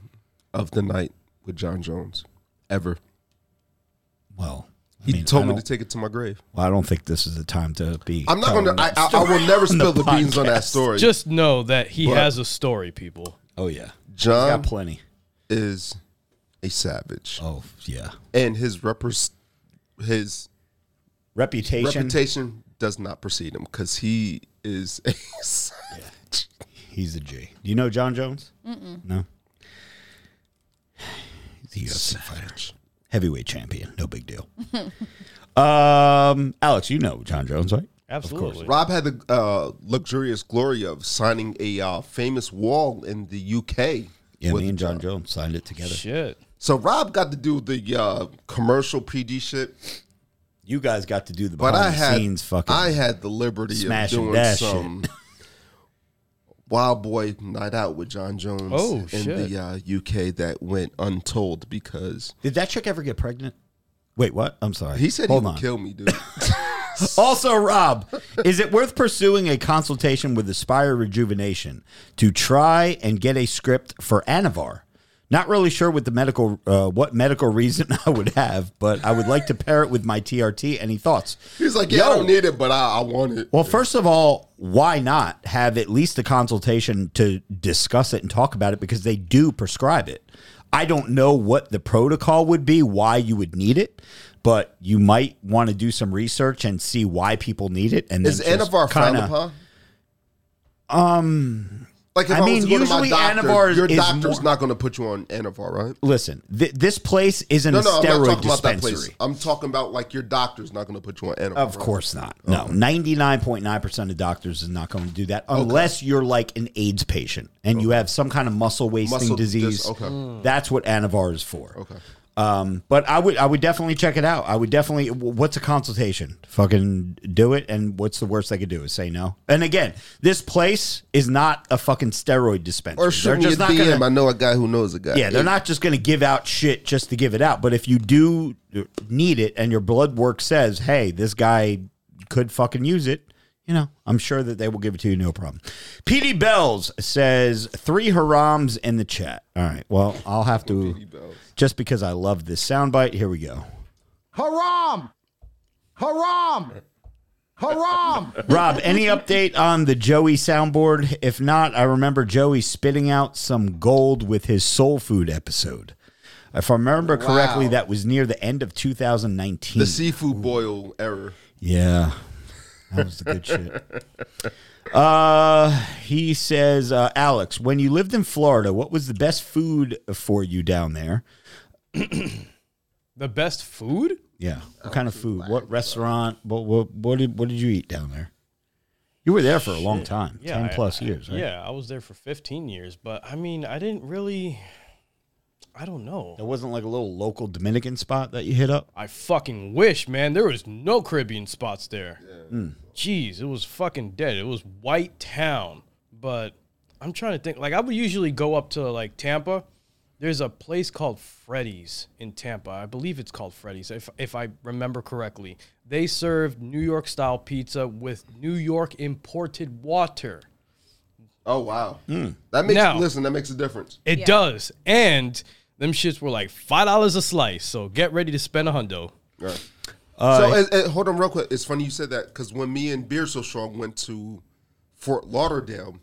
[SPEAKER 3] of the night with John Jones. Ever.
[SPEAKER 1] well, I
[SPEAKER 3] He
[SPEAKER 1] mean, I
[SPEAKER 3] told me to
[SPEAKER 1] don't-
[SPEAKER 3] take it to my grave.
[SPEAKER 1] well, I don't think this is the time to be.
[SPEAKER 3] I'm not
[SPEAKER 1] telling
[SPEAKER 3] gonna. I,
[SPEAKER 1] that
[SPEAKER 3] I, I
[SPEAKER 1] story
[SPEAKER 3] will
[SPEAKER 1] *laughs*
[SPEAKER 3] never
[SPEAKER 1] on
[SPEAKER 3] spill the, beans on that
[SPEAKER 1] podcast.
[SPEAKER 3] story.
[SPEAKER 4] Just know that he
[SPEAKER 3] But-
[SPEAKER 4] has a story, people.
[SPEAKER 1] Oh yeah,
[SPEAKER 3] John
[SPEAKER 1] got plenty.
[SPEAKER 3] is a savage,
[SPEAKER 1] Oh yeah,
[SPEAKER 3] and his repres- his
[SPEAKER 1] reputation.
[SPEAKER 3] reputation does not precede him because he is. *laughs* A savage.
[SPEAKER 1] He's a G. Do you know John Jones? Mm-mm. No. *sighs* He's a UFC fighter, heavyweight champion. No big deal. *laughs* um, Alex, you know John Jones, right?
[SPEAKER 4] Absolutely.
[SPEAKER 3] Rob had the uh, luxurious glory of signing a uh, famous wall in the UK.
[SPEAKER 1] Yeah,
[SPEAKER 3] with
[SPEAKER 1] me and John Jones signed it together.
[SPEAKER 4] Shit.
[SPEAKER 3] So Rob got to do the uh, commercial PD shit,
[SPEAKER 1] You guys got to do the
[SPEAKER 3] but
[SPEAKER 1] behind
[SPEAKER 3] I
[SPEAKER 1] the
[SPEAKER 3] had
[SPEAKER 1] scenes fucking.
[SPEAKER 3] I had the liberty
[SPEAKER 1] smash
[SPEAKER 3] of
[SPEAKER 1] and
[SPEAKER 3] doing
[SPEAKER 1] dash *laughs*
[SPEAKER 3] some Wild Boy night out with John Jones
[SPEAKER 4] Oh,
[SPEAKER 3] in
[SPEAKER 4] shit.
[SPEAKER 3] the uh, UK that went untold because
[SPEAKER 1] Did that chick ever get pregnant? Wait, what? I'm sorry.
[SPEAKER 3] he said
[SPEAKER 1] Hold
[SPEAKER 3] he would
[SPEAKER 1] on.
[SPEAKER 3] kill me, dude.
[SPEAKER 1] Also, Rob, is it worth pursuing a consultation with Aspire Rejuvenation to try and get a script for Anavar? Not really sure what the medical uh, what medical reason *laughs* I would have, but I would like to pair it with my TRT. Any thoughts?
[SPEAKER 3] *laughs* He's like, yeah, I
[SPEAKER 1] Yo.
[SPEAKER 3] don't need it, but I, I want it.
[SPEAKER 1] Well, first of all, why not have at least a consultation to discuss it and talk about it because they do prescribe it. I don't know what the protocol would be, why you would need it, but you might want to do some research and see why people need it. And then
[SPEAKER 3] Is
[SPEAKER 1] just
[SPEAKER 3] Anavar frowned
[SPEAKER 1] kinda- Um,
[SPEAKER 3] upon? Um, like if
[SPEAKER 1] I
[SPEAKER 3] I,
[SPEAKER 1] mean,
[SPEAKER 3] was to go to my
[SPEAKER 1] usually
[SPEAKER 3] doctor,
[SPEAKER 1] Anavar
[SPEAKER 3] your
[SPEAKER 1] is
[SPEAKER 3] doctor's
[SPEAKER 1] more-
[SPEAKER 3] not going to put you on Anavar, right?
[SPEAKER 1] Listen, th- this place isn't
[SPEAKER 3] No,
[SPEAKER 1] a
[SPEAKER 3] no, I'm not
[SPEAKER 1] steroid
[SPEAKER 3] talking about that
[SPEAKER 1] dispensary.
[SPEAKER 3] place. I'm talking about like your doctor's not going to put you on Anavar.
[SPEAKER 1] Of course not.
[SPEAKER 3] Oh.
[SPEAKER 1] No, ninety nine point nine percent of doctors is not going to do that unless you're like an AIDS patient and you have some kind of muscle wasting
[SPEAKER 3] Muscle dis-
[SPEAKER 1] disease.
[SPEAKER 3] okay.
[SPEAKER 1] That's what Anavar is for.
[SPEAKER 3] Okay.
[SPEAKER 1] Um, but I would I would definitely check it out. I would definitely. w- What's a consultation? Fucking do it. And what's the worst they could do is say no. And again, this place is not a fucking steroid dispensary.
[SPEAKER 3] Or shoot me a DM. I know a guy who knows a guy.
[SPEAKER 1] Yeah, they're not just going to give out shit just to give it out. But if you do need it and your blood work says, hey, this guy could fucking use it, you know, I'm sure that they will give it to you no problem. PD Bells says three harams in the chat. All right. Well, I'll have to, just because I love this soundbite, here we go.
[SPEAKER 5] Haram! Haram! Haram!
[SPEAKER 1] Rob, any update on the Joey soundboard? If not, I remember Joey spitting out some gold with his soul food episode. If I remember correctly,
[SPEAKER 3] Wow.
[SPEAKER 1] that was near the end of 2019.
[SPEAKER 3] The seafood boil error.
[SPEAKER 1] yeah. That was the good shit. Uh, he says, uh, Alex, when you lived in Florida, what was the best food for you down there?
[SPEAKER 4] The best food?
[SPEAKER 1] Yeah. What
[SPEAKER 3] Oh,
[SPEAKER 1] kind of food? What restaurant? What, what, what, did, what did you eat down there? You were there for a long time, 10
[SPEAKER 4] I-
[SPEAKER 1] plus
[SPEAKER 4] I-
[SPEAKER 1] years, right?
[SPEAKER 4] Yeah, I was there for 15 years, but I mean, I didn't really. I don't know.
[SPEAKER 1] It wasn't like a little local Dominican spot that you hit up.
[SPEAKER 4] I fucking wish, man. There was no Caribbean spots there.
[SPEAKER 1] Mm.
[SPEAKER 4] Jeez, it was fucking dead. It was white town. But I'm trying to think. Like I would usually go up to like Tampa. There's a place called Freddy's in Tampa. I believe it's called Freddy's, if if I remember correctly. They serve New York style pizza with New York imported water.
[SPEAKER 3] Oh wow,
[SPEAKER 1] Mm.
[SPEAKER 3] that makes
[SPEAKER 4] Now-
[SPEAKER 3] listen. That makes a difference.
[SPEAKER 4] It does. And them shits were like five dollars a slice. So get ready to spend a hundo.
[SPEAKER 3] Right. so and- and hold on real quick. It's funny you said that because when me and Beer So Strong went to Fort Lauderdale,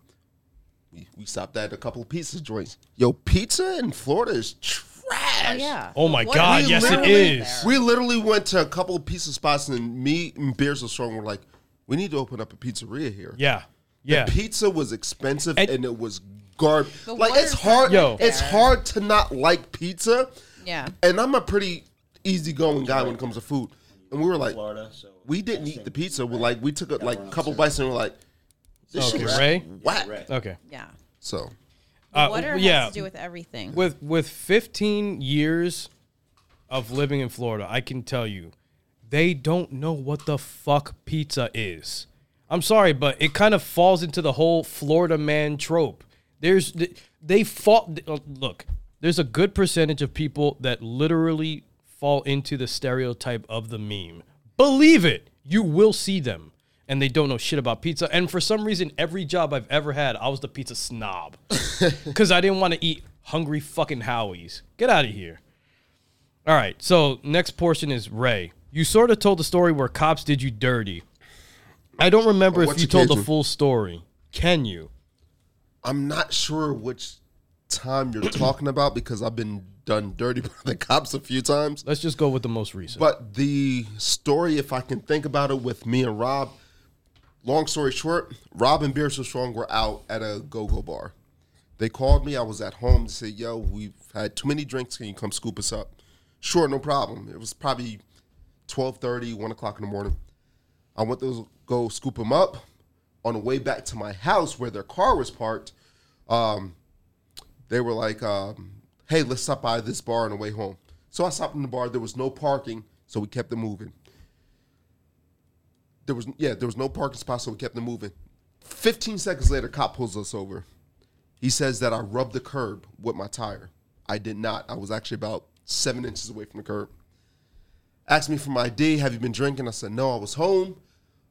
[SPEAKER 3] we, we stopped at a couple of pizza joints. Yo, pizza in Florida is trash.
[SPEAKER 2] Oh, yeah.
[SPEAKER 4] Oh my
[SPEAKER 2] What-
[SPEAKER 4] God,
[SPEAKER 2] we
[SPEAKER 4] yes, it
[SPEAKER 2] literally
[SPEAKER 4] is.
[SPEAKER 2] there.
[SPEAKER 3] We literally went to a couple of pizza spots, and me and Beer So Strong were like, "We need to open up a pizzeria here."
[SPEAKER 4] Yeah. Yeah.
[SPEAKER 3] Pizza was expensive
[SPEAKER 4] And-
[SPEAKER 3] and, it was garbage.
[SPEAKER 2] The
[SPEAKER 3] Like
[SPEAKER 2] water's
[SPEAKER 3] it's hard.
[SPEAKER 4] Yo.
[SPEAKER 3] It's
[SPEAKER 2] there.
[SPEAKER 3] hard to not like pizza.
[SPEAKER 2] Yeah.
[SPEAKER 3] and I'm a pretty easygoing guy when it comes to food. And we were like, we didn't eat the pizza. We're like, we took a, like a couple bites and we're like, this
[SPEAKER 4] Okay,
[SPEAKER 3] shit is
[SPEAKER 4] Ray?
[SPEAKER 3] whack.
[SPEAKER 4] Okay.
[SPEAKER 2] Yeah.
[SPEAKER 3] So
[SPEAKER 4] Uh,
[SPEAKER 2] Water
[SPEAKER 4] w- yeah.
[SPEAKER 2] has to do with everything.
[SPEAKER 4] with with 15 years of living in Florida, I can tell you, they don't know what the fuck pizza is. I'm sorry, but it kind of falls into the whole Florida man trope. There's th- they fall uh, look. There's a good percentage of people that literally fall into the stereotype of the meme. Believe it, you will see them. And they don't know shit about pizza. And for some reason, every job I've ever had, I was the pizza snob. *laughs* because I didn't want to eat hungry fucking Howies. Get out of here. All right, so next portion is Ray. You sort of told the story where cops did you dirty. I don't remember if
[SPEAKER 3] What's
[SPEAKER 4] you
[SPEAKER 3] the
[SPEAKER 4] told the
[SPEAKER 3] case?
[SPEAKER 4] full story. Can you?
[SPEAKER 3] I'm not sure which time you're talking about because I've been done dirty by the cops a few times.
[SPEAKER 4] Let's just go with the most recent.
[SPEAKER 3] But the story, if I can think about it, with me and Rob. Long story short, Rob and Beer So Strong were out at a go-go bar. They called me. I was at home. They said, "Yo, we've had too many drinks. Can you come scoop us up?" Sure, no problem. It was probably 12:30, 1 o'clock in the morning. I went to go scoop them up. On the way back to my house where their car was parked, um, they were like, um, "Hey, let's stop by this bar on the way home." So I stopped in the bar. There was no parking, so we kept it moving. There was yeah, there was no parking spot, so we kept it moving. Fifteen seconds later, cop pulls us over. He says that I rubbed the curb with my tire. I did not. I was actually about seven inches away from the curb. Asked me for my ID. Have you been drinking? I said no. I was home.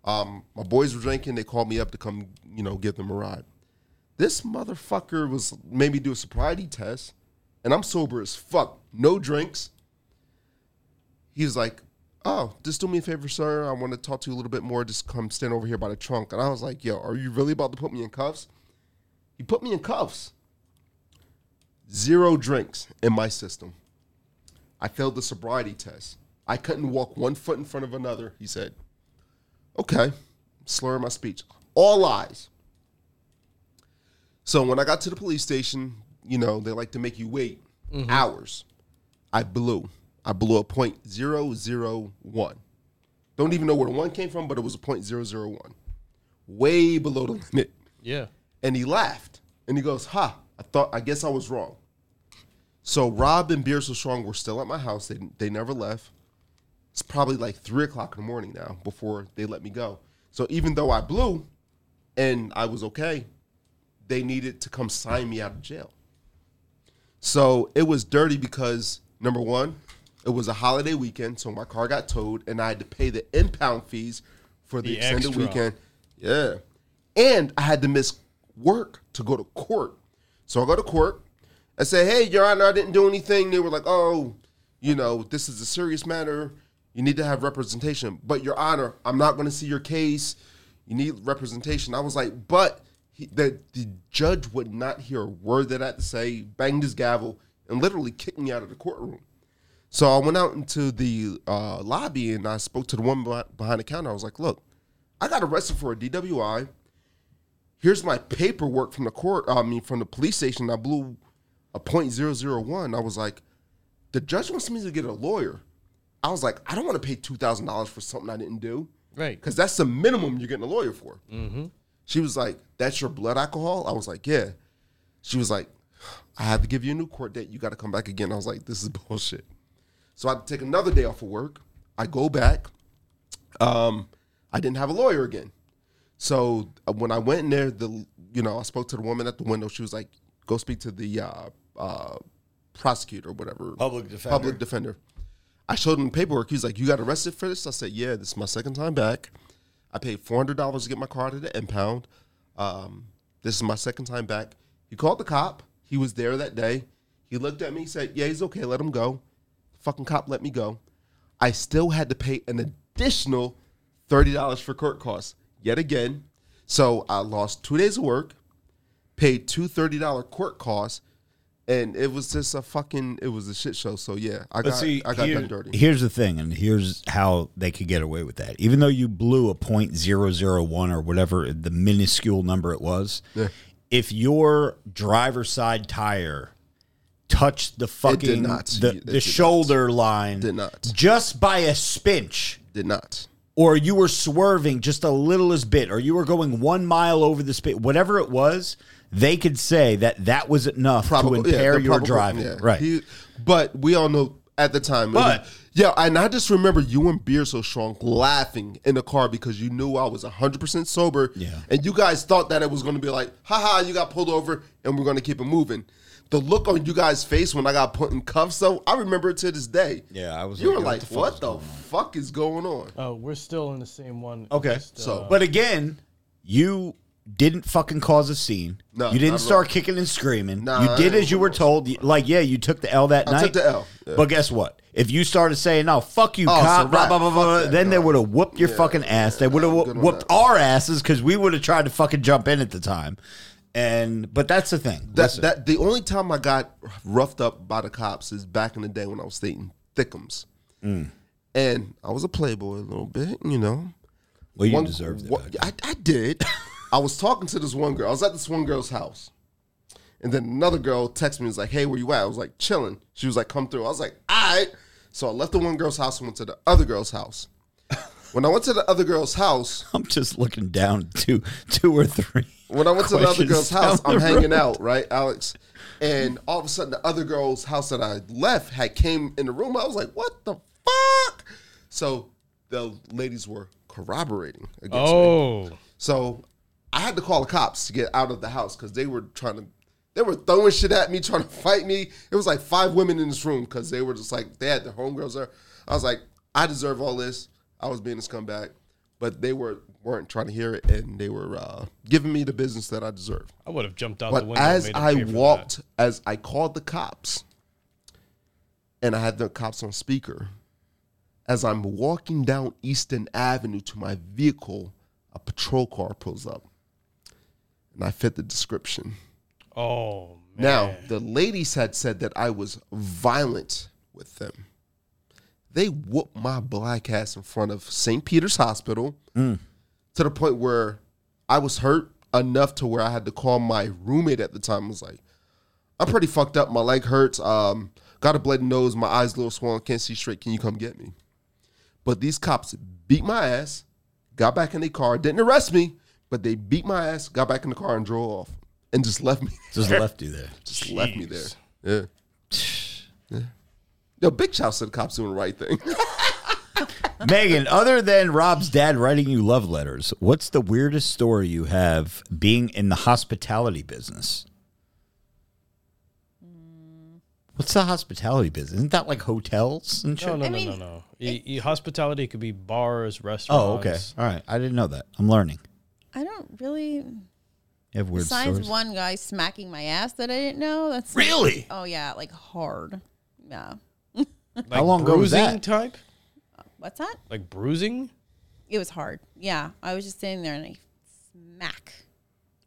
[SPEAKER 3] Um, my boys were drinking. They called me up to come, you know, give them a ride this motherfucker was made me do a sobriety test, and I'm sober as fuck, no drinks. He was like, "Oh, just do me a favor, sir. I want to talk to you a little bit more. Just come stand over here by the trunk." And I was like, "Yo, are you really about to put me in cuffs?" He put me in cuffs. Zero drinks in my system. I failed the sobriety test. I couldn't walk one foot in front of another. He said, "Okay, slur my speech. All lies." So when I got to the police station, you know, they like to make you wait hours. I blew. I blew a point zero zero one. Don't even know where the one came from, but it was a point zero zero one. Way below the *laughs* limit.
[SPEAKER 4] yeah.
[SPEAKER 3] And he laughed. And he goes, Ha, I thought I guess I was wrong. So Rob and Beer So Strong were still at my house. They didn't- they never left. It's probably like three o'clock in the morning now before they let me go. So even though I blew, and I was okay, they needed to come sign me out of jail. So it was dirty because number one, it was a holiday weekend, so my car got towed, and I had to pay the impound fees for the,
[SPEAKER 4] The
[SPEAKER 3] extended
[SPEAKER 4] extra.
[SPEAKER 3] weekend. Yeah, and I had to miss work to go to court. So I go to court. I say, "Hey, Your Honor, I didn't do anything." They were like, "Oh, you know, this is a serious matter. You need to have representation." But Your Honor, I'm not going to see your case. You need representation. I was like, "But." he, the, the judge would not hear a word that I had to say, banged his gavel, and literally kicked me out of the courtroom. So I went out into the uh, lobby and I spoke to the woman beh- behind the counter. I was like, look, I got arrested for a DWI. Here's my paperwork from the court, I mean, from the police station. I blew a .001. I was like, the judge wants me to get a lawyer. I was like, I don't want to pay $2,000 for something I didn't do.
[SPEAKER 4] Right.
[SPEAKER 3] Because that's the minimum you're getting a lawyer for. She was like, "That's your blood alcohol." I was like, "Yeah." She was like, "I have to give you a new court date. You got to come back again." I was like, "This is *laughs* bullshit." So I had to take another day off of work. I go back. Um, I didn't have a lawyer again. So uh, when I went in there, the you know I spoke to the woman at the window. She was like, "Go speak to the uh, uh, prosecutor, whatever
[SPEAKER 1] Public defender.
[SPEAKER 3] Public defender. I showed him the paperwork. He's like, "You got arrested for this?" I said, "Yeah, this is my second time back. I paid four hundred dollars to get my car to the impound. Um, this is my second time back." He called the cop. He was there that day. He looked at me. He said, "Yeah, he's okay. Let him go." Fucking cop let me go. I still had to pay an additional thirty dollars for court costs yet again. So I lost two days of work, paid two thirty dollar court costs, and it was just a fucking it was a shit show. So yeah, I
[SPEAKER 1] But
[SPEAKER 3] got
[SPEAKER 1] see,
[SPEAKER 3] I got
[SPEAKER 1] here-
[SPEAKER 3] done dirty.
[SPEAKER 1] Here's the thing, and here's how they could get away with that. Even though you blew a point zero zero one or whatever the minuscule number it was, if your driver's side tire touched the fucking
[SPEAKER 3] not.
[SPEAKER 1] the,
[SPEAKER 3] It did
[SPEAKER 1] the
[SPEAKER 3] not.
[SPEAKER 1] shoulder line
[SPEAKER 3] Did not.
[SPEAKER 1] just by a spinch
[SPEAKER 3] Did not.
[SPEAKER 1] or you were swerving just the littlest bit, or you were going one mile over the speed, whatever it was, they could say that that was enough
[SPEAKER 3] Probably
[SPEAKER 1] to impair your driving. Right.
[SPEAKER 3] but we all know at the time. it was-
[SPEAKER 1] But-
[SPEAKER 3] yeah, and I just remember you and beer so strong laughing in the car because you knew I was hundred percent sober.
[SPEAKER 1] Yeah.
[SPEAKER 3] and you guys thought that it was going to be like, haha, you got pulled over, and we're going to keep it moving. The look on you guys' face when I got put in cuffs, though, I remember it to this day.
[SPEAKER 1] Yeah, I was
[SPEAKER 3] You
[SPEAKER 1] like,
[SPEAKER 3] were
[SPEAKER 1] what
[SPEAKER 3] like,
[SPEAKER 1] the fuck is
[SPEAKER 3] "What the fuck is going on?"
[SPEAKER 4] Oh, we're still in the same one.
[SPEAKER 1] Okay,
[SPEAKER 4] Just,
[SPEAKER 3] so-
[SPEAKER 1] But again, you didn't fucking cause a scene.
[SPEAKER 3] No,
[SPEAKER 1] you didn't
[SPEAKER 3] not at
[SPEAKER 1] start
[SPEAKER 3] all.
[SPEAKER 1] kicking and screaming.
[SPEAKER 3] Nah,
[SPEAKER 1] you
[SPEAKER 3] I
[SPEAKER 1] did
[SPEAKER 3] didn't
[SPEAKER 1] as you were
[SPEAKER 3] cause-
[SPEAKER 1] told. You- Like, yeah, you took the L that night.
[SPEAKER 3] I took the L. Yeah.
[SPEAKER 1] But guess what? If you started saying, "No, fuck you,
[SPEAKER 3] Oh, it's
[SPEAKER 1] cop,"
[SPEAKER 3] a
[SPEAKER 1] blah,
[SPEAKER 3] wrap.
[SPEAKER 1] blah, blah, blah,
[SPEAKER 3] Fuck
[SPEAKER 1] blah,
[SPEAKER 3] that,
[SPEAKER 1] then they
[SPEAKER 3] no.
[SPEAKER 1] would have whooped your
[SPEAKER 3] Yeah,
[SPEAKER 1] fucking ass. They would have
[SPEAKER 3] good on
[SPEAKER 1] whooped
[SPEAKER 3] that.
[SPEAKER 1] our asses because we would have tried to fucking jump in at the time. And but that's the thing.
[SPEAKER 3] That,
[SPEAKER 1] Listen,
[SPEAKER 3] that the only time I got roughed up by the cops is back in the day when I was stating Thickums,
[SPEAKER 1] Mm.
[SPEAKER 3] and I was a playboy a little bit, you know.
[SPEAKER 1] well, you
[SPEAKER 3] One-
[SPEAKER 1] deserved it.
[SPEAKER 3] one- I, I did. *laughs* I was talking to this one girl. I was at this one girl's house, and then another girl texted me. Was like, "Hey, where you at?" I was like, "Chilling." She was like, "Come through." I was like, "All right." So I left the one girl's house and went to the other
[SPEAKER 1] *laughs*
[SPEAKER 3] girl's house. When I went to the other girl's house,
[SPEAKER 1] I'm just looking down *laughs* two, two or three.
[SPEAKER 3] when I went to the other
[SPEAKER 1] questions
[SPEAKER 3] girl's house,
[SPEAKER 1] down
[SPEAKER 3] I'm
[SPEAKER 1] the
[SPEAKER 3] hanging
[SPEAKER 1] road.
[SPEAKER 3] out, right, Alex? And all of a sudden, the other girl's house that I left had came in the room. I was like, "What the fuck?" So the ladies were corroborating against me.
[SPEAKER 4] oh,
[SPEAKER 3] So I had to call the cops to get out of the house because they were trying to, they were throwing shit at me, *laughs* trying to fight me. It was like five women in this room because they were just like, they had their homegirls there. I was like, I deserve all this. I was being a scumbag. But they were, weren't trying to hear it and they were uh, giving me the business that I deserve.
[SPEAKER 4] I would have jumped out the
[SPEAKER 3] But
[SPEAKER 4] window. and
[SPEAKER 3] as
[SPEAKER 4] made him
[SPEAKER 3] I
[SPEAKER 4] pay for that.
[SPEAKER 3] walked, as I called the cops, and I had the cops on speaker, as I'm walking down Easton Avenue to my vehicle, a patrol car pulls up. And I fit the description.
[SPEAKER 4] oh man.
[SPEAKER 3] Now, the ladies had said that I was violent with them. They whooped my black ass in front of St. Peter's Hospital to the point where I was hurt enough to where I had to call my roommate at the time. I was like, I'm pretty fucked up. My leg hurts. Um, got a bloody nose. My eyes a little swollen. Can't see straight. Can you come get me? But these cops beat my ass, got back in their car, didn't arrest me, but they beat my ass, got back in the car, and drove off and just left me *laughs*
[SPEAKER 1] Just left you there.
[SPEAKER 3] just left me there. Yeah. Yo, big shouts to the cops doing the right thing.
[SPEAKER 1] *laughs* Megan, other than Rob's dad writing you love letters, what's the weirdest story you have being in the hospitality business? What's the hospitality business? Isn't that like hotels and shit?
[SPEAKER 4] No, no,
[SPEAKER 2] I
[SPEAKER 4] no, no,
[SPEAKER 2] mean,
[SPEAKER 4] no. E- e- hospitality could be bars,
[SPEAKER 1] Oh,
[SPEAKER 4] restaurants.
[SPEAKER 1] okay. All right. I didn't know that. I'm learning.
[SPEAKER 2] I don't really.
[SPEAKER 1] You have weird
[SPEAKER 2] Besides
[SPEAKER 1] stories.
[SPEAKER 2] one guy smacking my ass that I didn't know. That's
[SPEAKER 1] really?
[SPEAKER 2] Oh yeah, like hard. Yeah.
[SPEAKER 4] Like
[SPEAKER 1] How long ago was
[SPEAKER 4] bruising
[SPEAKER 1] that?
[SPEAKER 4] type?
[SPEAKER 2] What's that?
[SPEAKER 4] Like bruising?
[SPEAKER 2] It was hard. Yeah, I was just sitting there and I smack.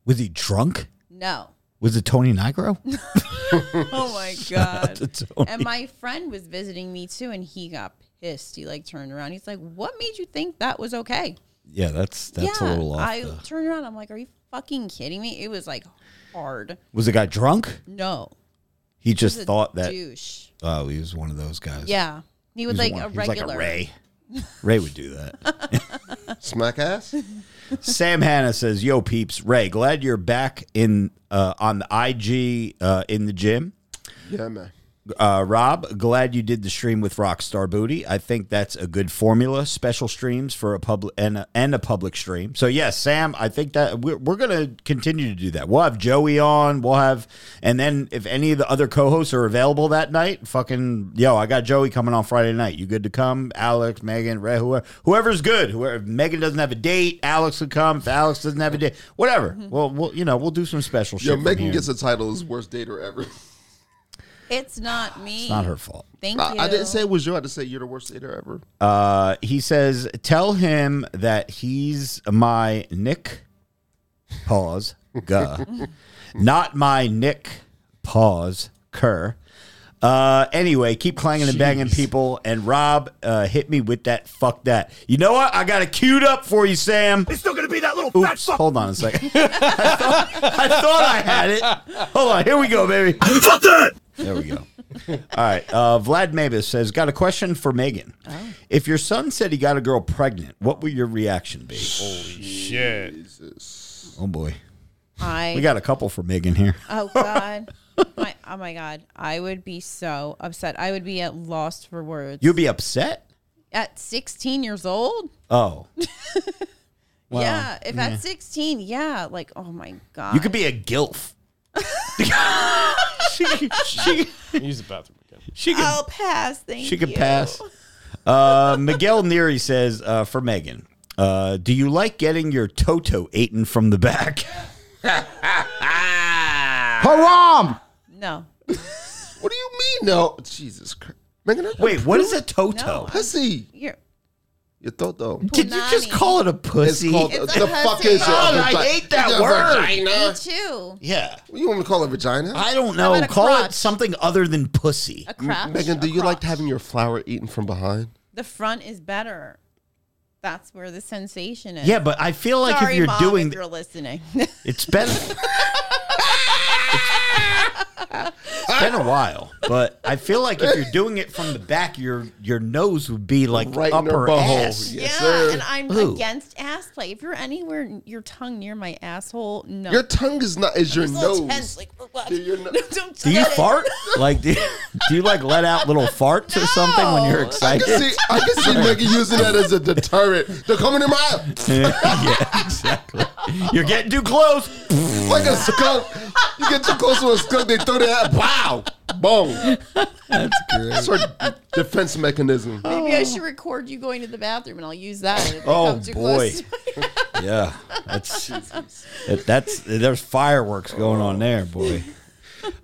[SPEAKER 1] Was he drunk? *laughs*
[SPEAKER 2] No.
[SPEAKER 1] Was it Tony Nigro?
[SPEAKER 2] *laughs* Oh my god.
[SPEAKER 1] It's Tony. *laughs*
[SPEAKER 2] And my friend was visiting me too, and he got pissed. He like turned around. He's like, "What made you think that was okay?"
[SPEAKER 1] Yeah, that's that's a little off.
[SPEAKER 2] I
[SPEAKER 1] the-
[SPEAKER 2] turned around. I'm like, "Are you fucking kidding me?" It was like hard.
[SPEAKER 1] Was the guy drunk?
[SPEAKER 2] No,
[SPEAKER 1] He
[SPEAKER 2] He
[SPEAKER 1] just
[SPEAKER 2] was a
[SPEAKER 1] thought that
[SPEAKER 2] douche.
[SPEAKER 1] oh, he was one of those guys.
[SPEAKER 2] Yeah, he
[SPEAKER 1] he
[SPEAKER 2] was
[SPEAKER 1] was
[SPEAKER 2] like
[SPEAKER 1] one-
[SPEAKER 2] a
[SPEAKER 1] he was
[SPEAKER 2] regular.
[SPEAKER 1] like a
[SPEAKER 2] *laughs*
[SPEAKER 1] Ray. Ray would do that.
[SPEAKER 3] *laughs* Smack ass.
[SPEAKER 1] Sam Hanna says, "Yo, peeps, Ray, glad you're back in uh, on the IG uh, in the gym.
[SPEAKER 3] Yeah, man.
[SPEAKER 1] Uh, Rob, glad you did the stream with Rockstar Booty. I think that's a good formula. Special streams for a public and a, and a public stream. So yes, Sam, I think that we're, we're going to continue to do that. We'll have Joey on. We'll have and then if any of the other co-hosts are available that night, fucking yo, I got Joey coming on Friday night. You good to come? Alex, Megan, Ray, whoever, whoever's good. Whoever if Megan doesn't have a date, Alex could come. If Alex doesn't have a date, whatever. Well, we'll you know we'll do some special shit.
[SPEAKER 3] Mm-hmm. Yo,
[SPEAKER 1] from
[SPEAKER 3] Megan
[SPEAKER 1] here.
[SPEAKER 3] gets a title as worst dater ever.
[SPEAKER 2] It's not me.
[SPEAKER 1] It's not her fault.
[SPEAKER 2] Thank
[SPEAKER 3] I,
[SPEAKER 2] you.
[SPEAKER 3] I didn't say it was you. I just said you're the worst dater ever.
[SPEAKER 1] Uh, he says, "Tell him that he's my Nick." Pause. *laughs* Guh. Not my Nick. Pause. Kerr. Uh, anyway, keep clanging and banging people. And Rob, uh, hit me with that. Fuck that. You know what? I got it queued up for you, Sam. It's still gonna be that little fat fuck. Hold on a second. *laughs* I, thought, I thought I had it. Hold on. Here we go, baby. *laughs* Fuck that. There we go. All right. Uh, Vlad Mavis says, got a question for Megan. If your son said he got a girl pregnant, what would your reaction be?
[SPEAKER 4] Shit.
[SPEAKER 1] Oh boy,
[SPEAKER 2] I.
[SPEAKER 1] we got a couple for Megan here. *laughs*
[SPEAKER 2] oh God. my, oh my God. I would be so upset. I would be at lost for words.
[SPEAKER 1] You'd be upset.
[SPEAKER 2] at 16 years old.
[SPEAKER 1] Oh,
[SPEAKER 2] yeah. If at 16, yeah. Like, oh my God.
[SPEAKER 1] you could be a gilf. *laughs* she she
[SPEAKER 4] Use the bathroom again.
[SPEAKER 1] she could
[SPEAKER 2] I'll pass. Thank
[SPEAKER 1] she could
[SPEAKER 2] you.
[SPEAKER 1] pass. Uh, Miguel Neary says uh, for Megan, uh, do you like getting your toto eaten from the back? *laughs*
[SPEAKER 5] Haram!
[SPEAKER 2] No.
[SPEAKER 3] What do you mean? No, Jesus Christ, Megan. that's-
[SPEAKER 1] Wait, what is a toto?
[SPEAKER 2] No.
[SPEAKER 3] pussy.
[SPEAKER 2] You're.
[SPEAKER 3] You thought though.
[SPEAKER 1] Did you just call it a
[SPEAKER 3] It's
[SPEAKER 1] pussy?
[SPEAKER 3] called
[SPEAKER 2] It's
[SPEAKER 3] the
[SPEAKER 2] a
[SPEAKER 3] fuck
[SPEAKER 2] pussy.
[SPEAKER 3] is it? A
[SPEAKER 1] God, I
[SPEAKER 3] vagi-
[SPEAKER 1] hate that
[SPEAKER 3] Is it a
[SPEAKER 1] word.
[SPEAKER 2] Me
[SPEAKER 3] Vagina.
[SPEAKER 2] too.
[SPEAKER 1] yeah.
[SPEAKER 3] What do you want to call it, vagina?
[SPEAKER 1] I don't know.
[SPEAKER 2] How about a
[SPEAKER 1] Call it
[SPEAKER 2] crotch?
[SPEAKER 1] something other than pussy.
[SPEAKER 2] A crotch.
[SPEAKER 1] Mm-hmm.
[SPEAKER 3] Megan, do
[SPEAKER 2] a
[SPEAKER 3] you like
[SPEAKER 2] crotch.
[SPEAKER 3] having your flower eaten from behind?
[SPEAKER 2] The front is better. That's where the sensation is.
[SPEAKER 1] Yeah, but I feel like
[SPEAKER 2] Sorry,
[SPEAKER 1] if you're
[SPEAKER 2] Mom,
[SPEAKER 1] doing,
[SPEAKER 2] if
[SPEAKER 1] *laughs*
[SPEAKER 2] you're listening.
[SPEAKER 1] It's been it's been a while, but I feel like if you're doing it from the back, your your nose would be like
[SPEAKER 3] Right in her
[SPEAKER 1] upper
[SPEAKER 3] butthole.
[SPEAKER 1] ass.
[SPEAKER 3] Yeah.
[SPEAKER 2] yeah,
[SPEAKER 3] Yes, sir.
[SPEAKER 2] and I'm
[SPEAKER 1] Ooh.
[SPEAKER 2] against ass play. If you're anywhere, n- your tongue near my asshole, no.
[SPEAKER 3] Your tongue is not is your
[SPEAKER 2] It's a little
[SPEAKER 3] nose.
[SPEAKER 2] tense, like, what?
[SPEAKER 3] Dude, your no-
[SPEAKER 2] No, *laughs* don't
[SPEAKER 1] Do you
[SPEAKER 2] touch it.
[SPEAKER 1] fart? Like do you, do you like let out little farts or something when you're
[SPEAKER 2] No.
[SPEAKER 3] I
[SPEAKER 1] excited?
[SPEAKER 3] can see I can see Megan using that as a deterrent. They're coming in my eye
[SPEAKER 1] *laughs* yeah, exactly. You're getting too close.
[SPEAKER 3] like a skunk. You get too close to a skunk, they throw their hat. Wow, boom.
[SPEAKER 1] That's great.
[SPEAKER 3] That's her defense mechanism.
[SPEAKER 2] Maybe I should record you going to the bathroom, and I'll use that. if I
[SPEAKER 1] Oh,
[SPEAKER 2] come too
[SPEAKER 1] boy. *laughs*
[SPEAKER 2] *laughs* close.
[SPEAKER 1] Yeah, that's that- that's there's fireworks going on
[SPEAKER 2] Oh.
[SPEAKER 1] there, boy.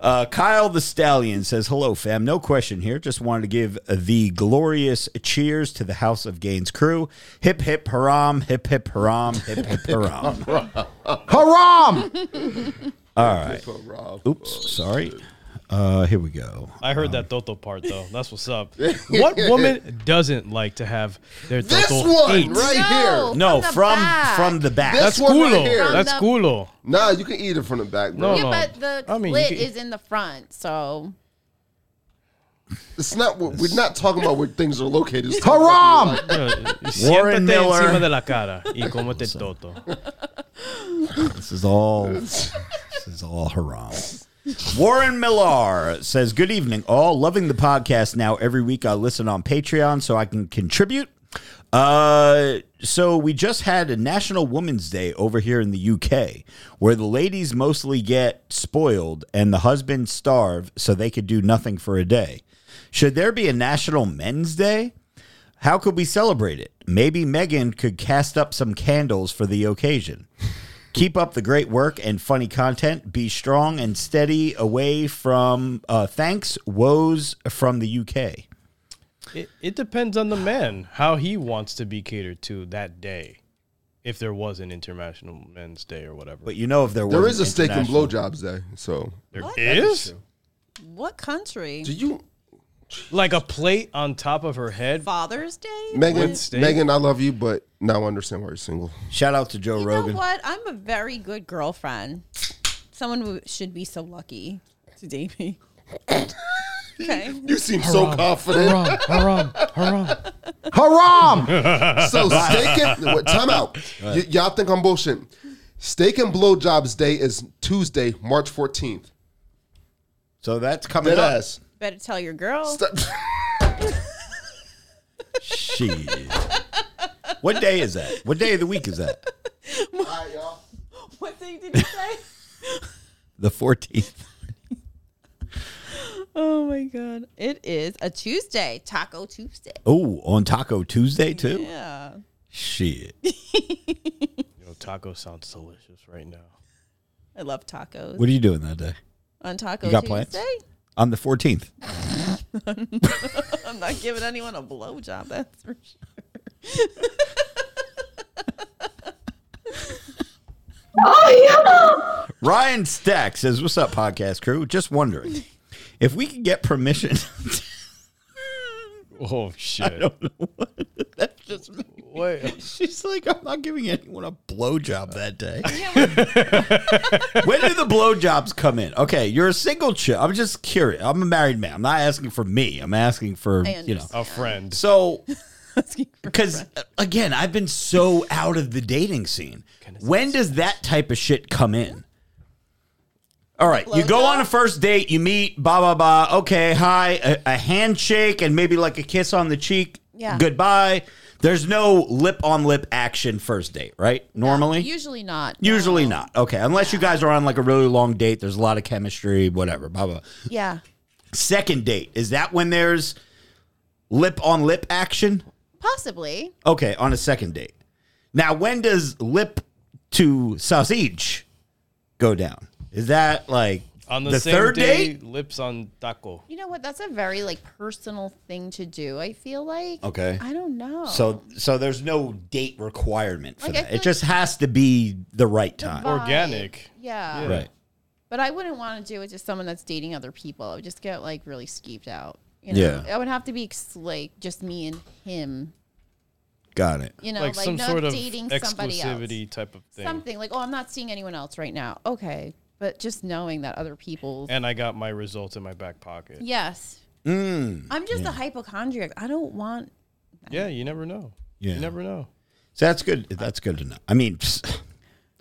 [SPEAKER 1] Uh, Kyle the Stallion says, "Hello, fam. No question here. Just wanted to give the glorious cheers to the House of Gaines crew. Hip hip haram, hip hip haram, hip hip haram.
[SPEAKER 2] *laughs*
[SPEAKER 5] Haram!
[SPEAKER 3] Rob.
[SPEAKER 1] Oops, sorry. Uh, here we go.
[SPEAKER 4] I heard that Toto part though. That's what's up. what woman doesn't like to have their
[SPEAKER 3] This
[SPEAKER 4] Toto
[SPEAKER 3] one
[SPEAKER 4] ate?
[SPEAKER 3] right
[SPEAKER 2] No.
[SPEAKER 3] here.
[SPEAKER 1] No,
[SPEAKER 2] From the
[SPEAKER 1] from
[SPEAKER 2] back.
[SPEAKER 1] from the back.
[SPEAKER 3] This
[SPEAKER 4] That's
[SPEAKER 3] one right
[SPEAKER 4] culo.
[SPEAKER 3] here.
[SPEAKER 4] That's
[SPEAKER 2] From the-
[SPEAKER 4] culo.
[SPEAKER 3] Nah, you can eat it from the back, bro.
[SPEAKER 4] No.
[SPEAKER 1] Oh.
[SPEAKER 2] Yeah, but the
[SPEAKER 4] I mean, you
[SPEAKER 2] clit
[SPEAKER 4] could-
[SPEAKER 2] is in the front, so
[SPEAKER 3] It's not. We're not talking about where things are located. It's
[SPEAKER 5] Haram!
[SPEAKER 1] Warren
[SPEAKER 4] Warren
[SPEAKER 1] Miller.
[SPEAKER 4] Miller. encima de la cara y cómete Toto.
[SPEAKER 1] This is all. this is all haram. Warren Millar says, Good evening, all. Loving the podcast now. Every week I listen on Patreon so I can contribute. Uh, so we just had a National Women's Day over here in the UK where the ladies mostly get spoiled and the husbands starve so they could do nothing for a day. Should there be a National Men's Day? How could we celebrate it? Maybe Megan could cast up some candles for the occasion. Keep up the great work and funny content. Be strong and steady away from uh, thanks, woes from the UK.
[SPEAKER 4] It, it depends on the man how he wants to be catered to that day, if there was an International Men's Day or whatever.
[SPEAKER 1] But you know, if there,
[SPEAKER 3] There
[SPEAKER 1] was
[SPEAKER 3] is a steak and
[SPEAKER 1] international-
[SPEAKER 3] blowjobs day. So
[SPEAKER 4] there
[SPEAKER 2] What?
[SPEAKER 4] is
[SPEAKER 2] What country?
[SPEAKER 3] do you,
[SPEAKER 4] like a plate on top of her head.
[SPEAKER 2] Father's Day?
[SPEAKER 3] Megan?
[SPEAKER 4] With steak?
[SPEAKER 3] Megan, I love you, but now I understand why you're single.
[SPEAKER 1] Shout out to Joe
[SPEAKER 2] You
[SPEAKER 1] Rogan.
[SPEAKER 2] know what? I'm a very good girlfriend. Someone who should be so lucky to date
[SPEAKER 1] *laughs*
[SPEAKER 2] me. okay.
[SPEAKER 3] You seem so confident.
[SPEAKER 4] Haram, haram, haram.
[SPEAKER 5] Haram!
[SPEAKER 1] *laughs*
[SPEAKER 3] So steak and wait, time out. Y- y'all think I'm bullshit. Steak and blowjobs day is Tuesday, March 14th.
[SPEAKER 1] So that's coming
[SPEAKER 3] Dead
[SPEAKER 1] up.
[SPEAKER 3] ass.
[SPEAKER 2] Better tell your girl.
[SPEAKER 3] Stop-
[SPEAKER 1] Shit. what day is that? What day of the week is that?
[SPEAKER 2] *laughs* What thing did you say? *laughs*
[SPEAKER 1] The 14th.
[SPEAKER 2] oh my god. It is a Tuesday, Taco Tuesday.
[SPEAKER 1] Oh, on Taco Tuesday, too?
[SPEAKER 2] Yeah.
[SPEAKER 1] Shit.
[SPEAKER 2] *laughs*
[SPEAKER 4] Yo, taco sounds delicious right now.
[SPEAKER 2] I love tacos.
[SPEAKER 1] What are you doing that day?
[SPEAKER 2] On Taco
[SPEAKER 1] You got plans?
[SPEAKER 2] Tuesday? *laughs*
[SPEAKER 1] On the 14th.
[SPEAKER 2] I'm not giving anyone a blowjob, that's for
[SPEAKER 1] *laughs*
[SPEAKER 2] sure.
[SPEAKER 1] Ryan Stack says, What's up, podcast crew? Just wondering if we could get permission.
[SPEAKER 4] Oh shit!
[SPEAKER 1] Just me. *laughs*
[SPEAKER 4] Wait,
[SPEAKER 1] She's like, I'm not giving anyone a blowjob that day. *laughs* when do the blowjobs come in? Okay, you're a single chick. I'm just curious. I'm a married man. I'm not asking for me. I'm asking for,
[SPEAKER 2] I
[SPEAKER 1] you know.
[SPEAKER 2] understand.
[SPEAKER 4] a
[SPEAKER 2] *laughs*
[SPEAKER 4] friend.
[SPEAKER 1] So
[SPEAKER 2] Asking for a
[SPEAKER 1] Because
[SPEAKER 2] friend.
[SPEAKER 1] again, I've been so out of the dating scene. When does that type of shit come in? All right, you go
[SPEAKER 2] Blowjob?
[SPEAKER 1] on a first date, you meet, blah blah blah. Okay, hi, a, a handshake and maybe like a kiss on the cheek.
[SPEAKER 2] Yeah.
[SPEAKER 1] Goodbye. There's no lip on lip action first date, right? Normally,
[SPEAKER 2] *laughs* usually not.
[SPEAKER 1] usually
[SPEAKER 2] no.
[SPEAKER 1] not. Okay, unless you guys are on like a really long date. There's a lot of chemistry, whatever. Blah blah.
[SPEAKER 2] Yeah.
[SPEAKER 1] Second date is that when there's lip on lip action?
[SPEAKER 2] Possibly.
[SPEAKER 1] Okay, on a second date. Now, when does lip to sausage go down? Is that like
[SPEAKER 4] On the, same
[SPEAKER 1] third
[SPEAKER 4] day,
[SPEAKER 1] date?
[SPEAKER 4] lips on taco.
[SPEAKER 2] You know what? That's a very like personal thing to do. I feel like.
[SPEAKER 1] Okay.
[SPEAKER 2] I don't know.
[SPEAKER 1] So, so there's no date requirement for
[SPEAKER 2] Like, I
[SPEAKER 1] that.
[SPEAKER 2] feel
[SPEAKER 1] It just has to be the right time,
[SPEAKER 2] vibe.
[SPEAKER 4] Organic.
[SPEAKER 2] Yeah.
[SPEAKER 4] Yeah.
[SPEAKER 1] right?
[SPEAKER 2] But I wouldn't want to do it to someone that's dating other people. I would just get like really skeeved out. You know?
[SPEAKER 1] Yeah.
[SPEAKER 2] I would have to be ex- like just me and him.
[SPEAKER 1] Got it.
[SPEAKER 2] You know,
[SPEAKER 4] like,
[SPEAKER 2] like,
[SPEAKER 4] some
[SPEAKER 2] not
[SPEAKER 4] sort of
[SPEAKER 2] dating somebody else.
[SPEAKER 4] exclusivity type of thing.
[SPEAKER 2] Something like, oh, I'm not seeing anyone else right now. Okay. But just knowing that other people.
[SPEAKER 4] And I got my results in my back pocket.
[SPEAKER 2] Yes.
[SPEAKER 1] Mm.
[SPEAKER 2] I'm just a hypochondriac. I don't want.
[SPEAKER 4] Yeah, you never know.
[SPEAKER 1] Yeah.
[SPEAKER 4] You never know.
[SPEAKER 1] So that's good. That's good to know. I mean,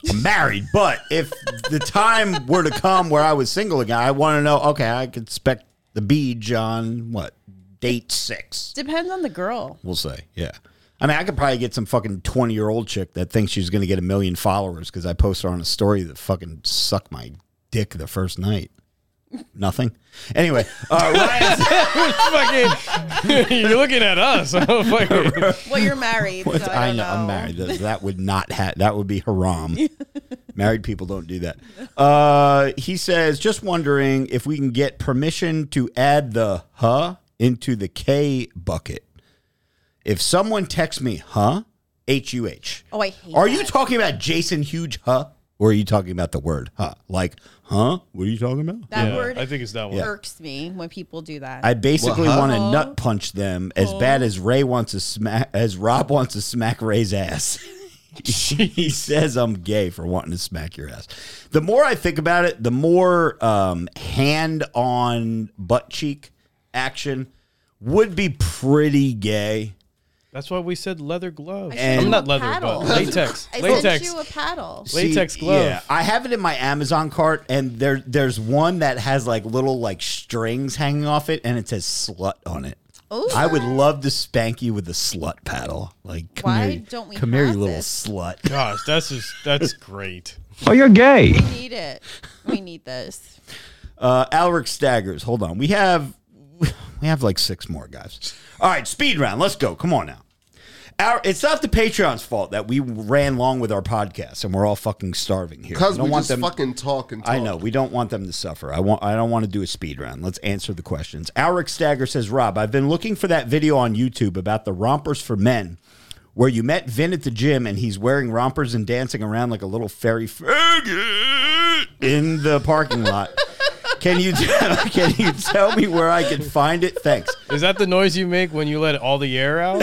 [SPEAKER 1] I'm married, but if the time were to come where I was single again, I want to know. Okay, I could expect the beach on what date six?
[SPEAKER 2] Depends on the girl.
[SPEAKER 1] We'll say, yeah. I mean, I could probably get some fucking twenty year old chick that thinks she's going to get a million followers because I post her on a story that fucking suck my dick the first night. Nothing. Anyway, uh, Ryan,
[SPEAKER 4] Fucking- *laughs* you're looking at
[SPEAKER 1] *laughs*
[SPEAKER 4] us. Fucking-
[SPEAKER 2] Well, you're married. so I,
[SPEAKER 1] I
[SPEAKER 2] don't
[SPEAKER 1] know I'm married. That, that would not ha- that would be
[SPEAKER 2] *laughs*
[SPEAKER 1] haram. married people don't do that. Uh, he says, just wondering if we can get permission to add the huh into the K bucket. If someone texts me, huh? H U H.
[SPEAKER 2] Oh, I hate
[SPEAKER 1] Are you
[SPEAKER 2] that.
[SPEAKER 1] talking about Jason Huge huh? Or are you talking about the word huh? Like, huh? What are you talking about?
[SPEAKER 2] That
[SPEAKER 4] Yeah,
[SPEAKER 2] word
[SPEAKER 4] I think it's that one.
[SPEAKER 2] irks me when people do that.
[SPEAKER 1] I basically
[SPEAKER 3] What, huh?
[SPEAKER 1] want to nut punch them as bad as Ray wants to smack as Rob wants to smack Ray's ass. *laughs* he says I'm gay for wanting to smack your ass. The more I think about it, the more um, hand on butt cheek action would be pretty gay.
[SPEAKER 4] That's why we said leather gloves.
[SPEAKER 1] And-
[SPEAKER 4] I'm not leather,
[SPEAKER 2] paddle.
[SPEAKER 4] but latex.
[SPEAKER 2] I sent
[SPEAKER 4] latex.
[SPEAKER 2] you a paddle.
[SPEAKER 1] See,
[SPEAKER 4] Latex glove.
[SPEAKER 1] I have it in my Amazon cart, and there there's one that has like little like strings hanging off it, and it says "slut" on it.
[SPEAKER 2] Ooh.
[SPEAKER 1] I would love to spank you with a slut paddle. Like, come
[SPEAKER 2] Why
[SPEAKER 1] here, you-
[SPEAKER 2] don't we
[SPEAKER 1] come here, you
[SPEAKER 2] have
[SPEAKER 1] little
[SPEAKER 2] this?
[SPEAKER 1] slut.
[SPEAKER 4] Gosh, that's just that's great.
[SPEAKER 5] Oh, you're gay.
[SPEAKER 2] We need it. We need this.
[SPEAKER 1] Uh, Alric Staggers. Hold on, we have we have like six more guys. All right, speed round. Let's go. Come on now. Our, it's not the Patreon's fault that we ran long with our podcast and we're all fucking starving here. I
[SPEAKER 3] Because
[SPEAKER 1] don't
[SPEAKER 3] we
[SPEAKER 1] want
[SPEAKER 3] just
[SPEAKER 1] them-
[SPEAKER 3] fucking talk and talk.
[SPEAKER 1] I know we don't want them to suffer. I want. I don't want to do a speed round. Let's answer the questions. Alric Stagger says, "Rob, I've been looking for that video on YouTube about the rompers for men, where you met Vin at the gym and he's wearing rompers and dancing around like a little fairy faggot in the parking lot. Can you *laughs* can you tell me where I can find it? Thanks."
[SPEAKER 4] Is that the noise you make when you let all the air out?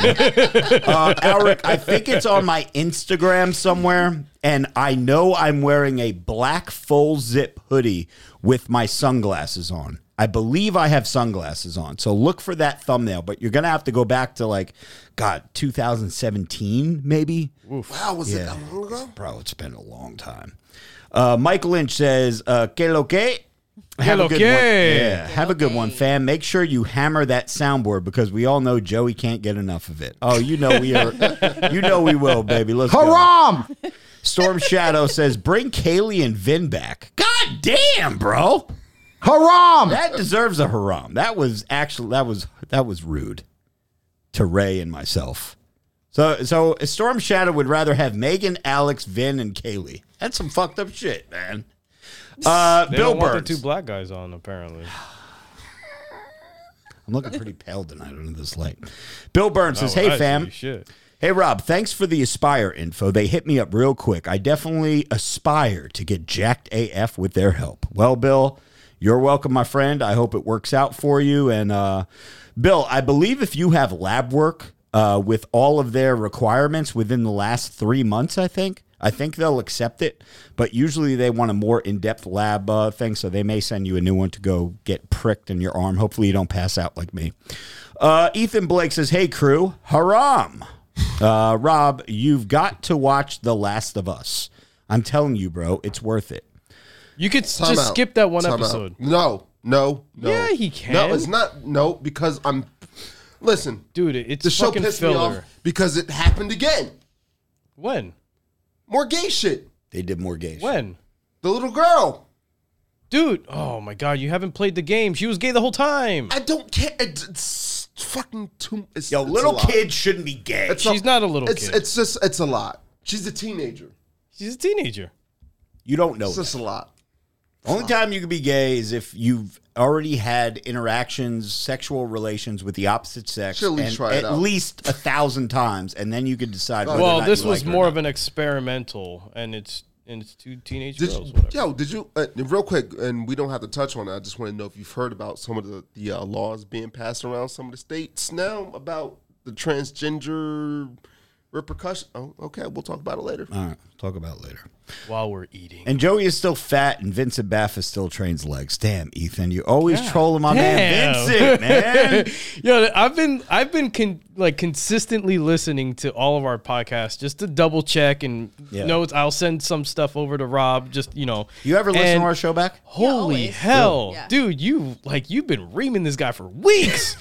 [SPEAKER 1] Uh, Alric, I think it's on my Instagram somewhere, and I know I'm wearing a black full zip hoodie with my sunglasses on. I believe I have sunglasses on, so look for that thumbnail. But you're gonna have to go back to like, God, 2017 maybe.
[SPEAKER 3] Wow, was it
[SPEAKER 1] Yeah.
[SPEAKER 3] that long ago?
[SPEAKER 1] Bro, it's been a long time. Uh, Mike Lynch says, uh, "Que lo que." Have
[SPEAKER 4] lo
[SPEAKER 1] a good
[SPEAKER 4] que.
[SPEAKER 1] one. Yeah,
[SPEAKER 2] Que
[SPEAKER 1] have a
[SPEAKER 2] lo
[SPEAKER 1] good
[SPEAKER 2] que.
[SPEAKER 1] one, fam. Make sure you hammer that soundboard because we all know Joey can't get enough of it. Oh, you know
[SPEAKER 5] *laughs*
[SPEAKER 1] we are. you know we will, baby. Let's go.
[SPEAKER 5] Haram.
[SPEAKER 1] Storm Shadow says, "Bring Kaylee and Vin back." God damn, bro,
[SPEAKER 5] Haram.
[SPEAKER 1] that deserves a haram. That was actually that was that was rude to Ray and myself. So so Storm Shadow would rather have Megan, Alex, Vin, and Kaylee. That's some fucked up shit, man. Uh,
[SPEAKER 4] They
[SPEAKER 1] Bill
[SPEAKER 4] don't want
[SPEAKER 1] Burns.
[SPEAKER 4] the two black guys on apparently.
[SPEAKER 1] I'm looking pretty pale tonight under this light. Bill Burns says,
[SPEAKER 4] Oh,
[SPEAKER 1] "Hey
[SPEAKER 4] I see.
[SPEAKER 1] fam,
[SPEAKER 4] Shit.
[SPEAKER 1] Hey, Rob, thanks for the Aspire info. They hit me up real quick. I definitely aspire to get jacked AF with their help. Well, Bill, you're welcome, my friend. I hope it works out for you. And, uh, Bill, I believe if you have lab work uh, with all of their requirements within the last three months, I think. I think they'll accept it, but usually they want a more in depth lab uh, thing, so they may send you a new one to go get pricked in your arm. Hopefully, you don't pass out like me. Uh, Ethan Blake says, Hey, crew, haram. Uh, Rob, you've got to watch The Last of Us. I'm telling you, bro, it's worth it.
[SPEAKER 4] You could
[SPEAKER 3] Time
[SPEAKER 4] just
[SPEAKER 3] out.
[SPEAKER 4] skip that one
[SPEAKER 3] Time out.
[SPEAKER 4] episode.
[SPEAKER 3] No, no, no.
[SPEAKER 4] Yeah, he can.
[SPEAKER 3] No, it's not. No, because I'm. Listen,
[SPEAKER 4] Dude, it's
[SPEAKER 3] the show
[SPEAKER 4] fucking
[SPEAKER 3] pissed
[SPEAKER 4] filler.
[SPEAKER 3] me off because it happened again.
[SPEAKER 4] When?
[SPEAKER 3] More gay shit.
[SPEAKER 1] They did more gay. shit.
[SPEAKER 4] When?
[SPEAKER 3] The little girl.
[SPEAKER 4] Dude, oh my god, you haven't played the game. She was gay the whole time.
[SPEAKER 3] I don't care. It's, it's fucking too. It's,
[SPEAKER 1] Yo,
[SPEAKER 3] it's a
[SPEAKER 1] little
[SPEAKER 3] lot.
[SPEAKER 1] kids shouldn't be gay.
[SPEAKER 3] It's
[SPEAKER 4] She's not a little
[SPEAKER 3] it's,
[SPEAKER 4] kid.
[SPEAKER 3] It's just. It's a lot. She's a teenager.
[SPEAKER 4] She's a teenager.
[SPEAKER 1] You don't
[SPEAKER 4] Oh,
[SPEAKER 1] know.
[SPEAKER 3] It's
[SPEAKER 1] That.
[SPEAKER 3] just a lot.
[SPEAKER 1] Only time you can be gay is if you've already had interactions, sexual relations with the opposite sex,
[SPEAKER 3] Should at least
[SPEAKER 1] and
[SPEAKER 3] try it
[SPEAKER 1] at
[SPEAKER 3] out.
[SPEAKER 1] least a thousand times, and then you can decide. Whether or
[SPEAKER 4] Well,
[SPEAKER 1] not
[SPEAKER 4] this
[SPEAKER 1] you
[SPEAKER 4] was
[SPEAKER 1] like it or
[SPEAKER 4] more
[SPEAKER 1] not.
[SPEAKER 4] of an experimental and it's and it's two teenage
[SPEAKER 3] Did
[SPEAKER 4] girls
[SPEAKER 3] you,
[SPEAKER 4] whatever.
[SPEAKER 3] yo, did you uh, real quick? And we don't have to touch on it. I just want to know if you've heard about some of the the uh, laws being passed around some of the states now about the transgender repercussion. Oh, okay, we'll talk about it later.
[SPEAKER 4] Uh,
[SPEAKER 1] All right, talk about it later.
[SPEAKER 4] while we're eating.
[SPEAKER 1] And Joey is still fat, and Vincent Baffa still trains legs. Damn, Ethan, you always trolling my man
[SPEAKER 4] Damn.
[SPEAKER 1] Vincent, man.
[SPEAKER 3] *laughs*
[SPEAKER 4] Yeah, I've been I've been con- like consistently listening to all of our podcasts just to double check and
[SPEAKER 1] Yeah.
[SPEAKER 4] notes. I'll send some stuff over to Rob. Just you know,
[SPEAKER 1] You ever listen
[SPEAKER 4] And
[SPEAKER 1] to our show back?
[SPEAKER 4] Holy
[SPEAKER 2] always.
[SPEAKER 4] hell,
[SPEAKER 2] Yeah.
[SPEAKER 4] dude! You like you've been reaming this guy for
[SPEAKER 1] *laughs*
[SPEAKER 4] weeks.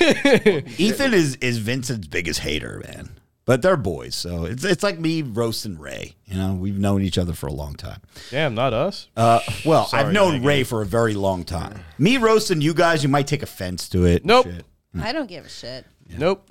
[SPEAKER 1] Ethan is is Vincent's biggest hater, man. But they're boys, so it's it's like me roasting Ray. You know, we've known each other for a long time.
[SPEAKER 4] Damn, not us.
[SPEAKER 1] Uh, well, I've
[SPEAKER 4] Sorry,
[SPEAKER 1] known
[SPEAKER 4] Megan.
[SPEAKER 1] Ray for a very long time. Me roasting you guys, you might take offense to it.
[SPEAKER 4] Nope.
[SPEAKER 1] Shit.
[SPEAKER 4] Hmm.
[SPEAKER 2] I don't give a shit.
[SPEAKER 4] Nope.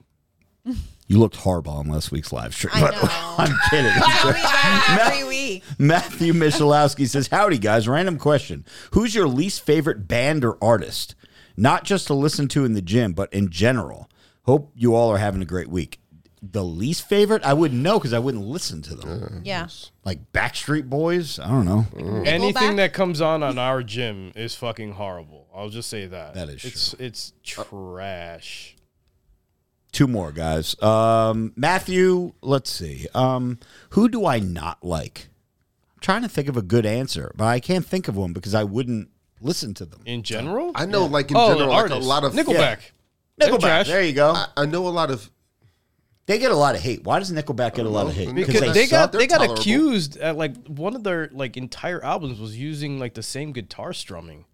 [SPEAKER 1] You looked horrible on last week's live stream.
[SPEAKER 2] I
[SPEAKER 1] by
[SPEAKER 2] know.
[SPEAKER 1] the way. *laughs* I'm kidding.
[SPEAKER 2] I'll be
[SPEAKER 4] *laughs*
[SPEAKER 2] back every week.
[SPEAKER 1] Matthew Michalowski says, "Howdy, guys. Random question: Who's your least favorite band or artist? Not just to listen to in the gym, but in general. Hope you all are having a great week. The least favorite? I wouldn't know because I wouldn't listen to them.
[SPEAKER 2] Yeah.
[SPEAKER 1] like Backstreet Boys. I don't know.
[SPEAKER 3] Mm.
[SPEAKER 4] Anything
[SPEAKER 2] Nickelback?
[SPEAKER 4] that comes on on our gym is fucking horrible. I'll just say that.
[SPEAKER 1] That is
[SPEAKER 4] It's it's
[SPEAKER 3] Uh,
[SPEAKER 4] trash.
[SPEAKER 1] Two more guys. Um, Matthew. Let's see. Um, who do I not like? I'm trying to think of a good answer, but I can't think of one because I wouldn't listen to them.
[SPEAKER 4] In general,
[SPEAKER 3] I know, like in
[SPEAKER 4] oh, the
[SPEAKER 3] general, like a
[SPEAKER 4] artist.
[SPEAKER 3] lot of
[SPEAKER 4] Nickelback.
[SPEAKER 1] Nickelback.
[SPEAKER 4] trash.
[SPEAKER 1] There you go.
[SPEAKER 3] I, I know a lot of
[SPEAKER 1] They get a lot of hate. Why does Nickelback get a lot of hate?
[SPEAKER 4] because they,
[SPEAKER 3] they
[SPEAKER 4] got
[SPEAKER 3] suck,
[SPEAKER 4] they
[SPEAKER 3] they're
[SPEAKER 4] got
[SPEAKER 3] tolerable.
[SPEAKER 4] accused at like one of their like entire albums was using like the same guitar strumming.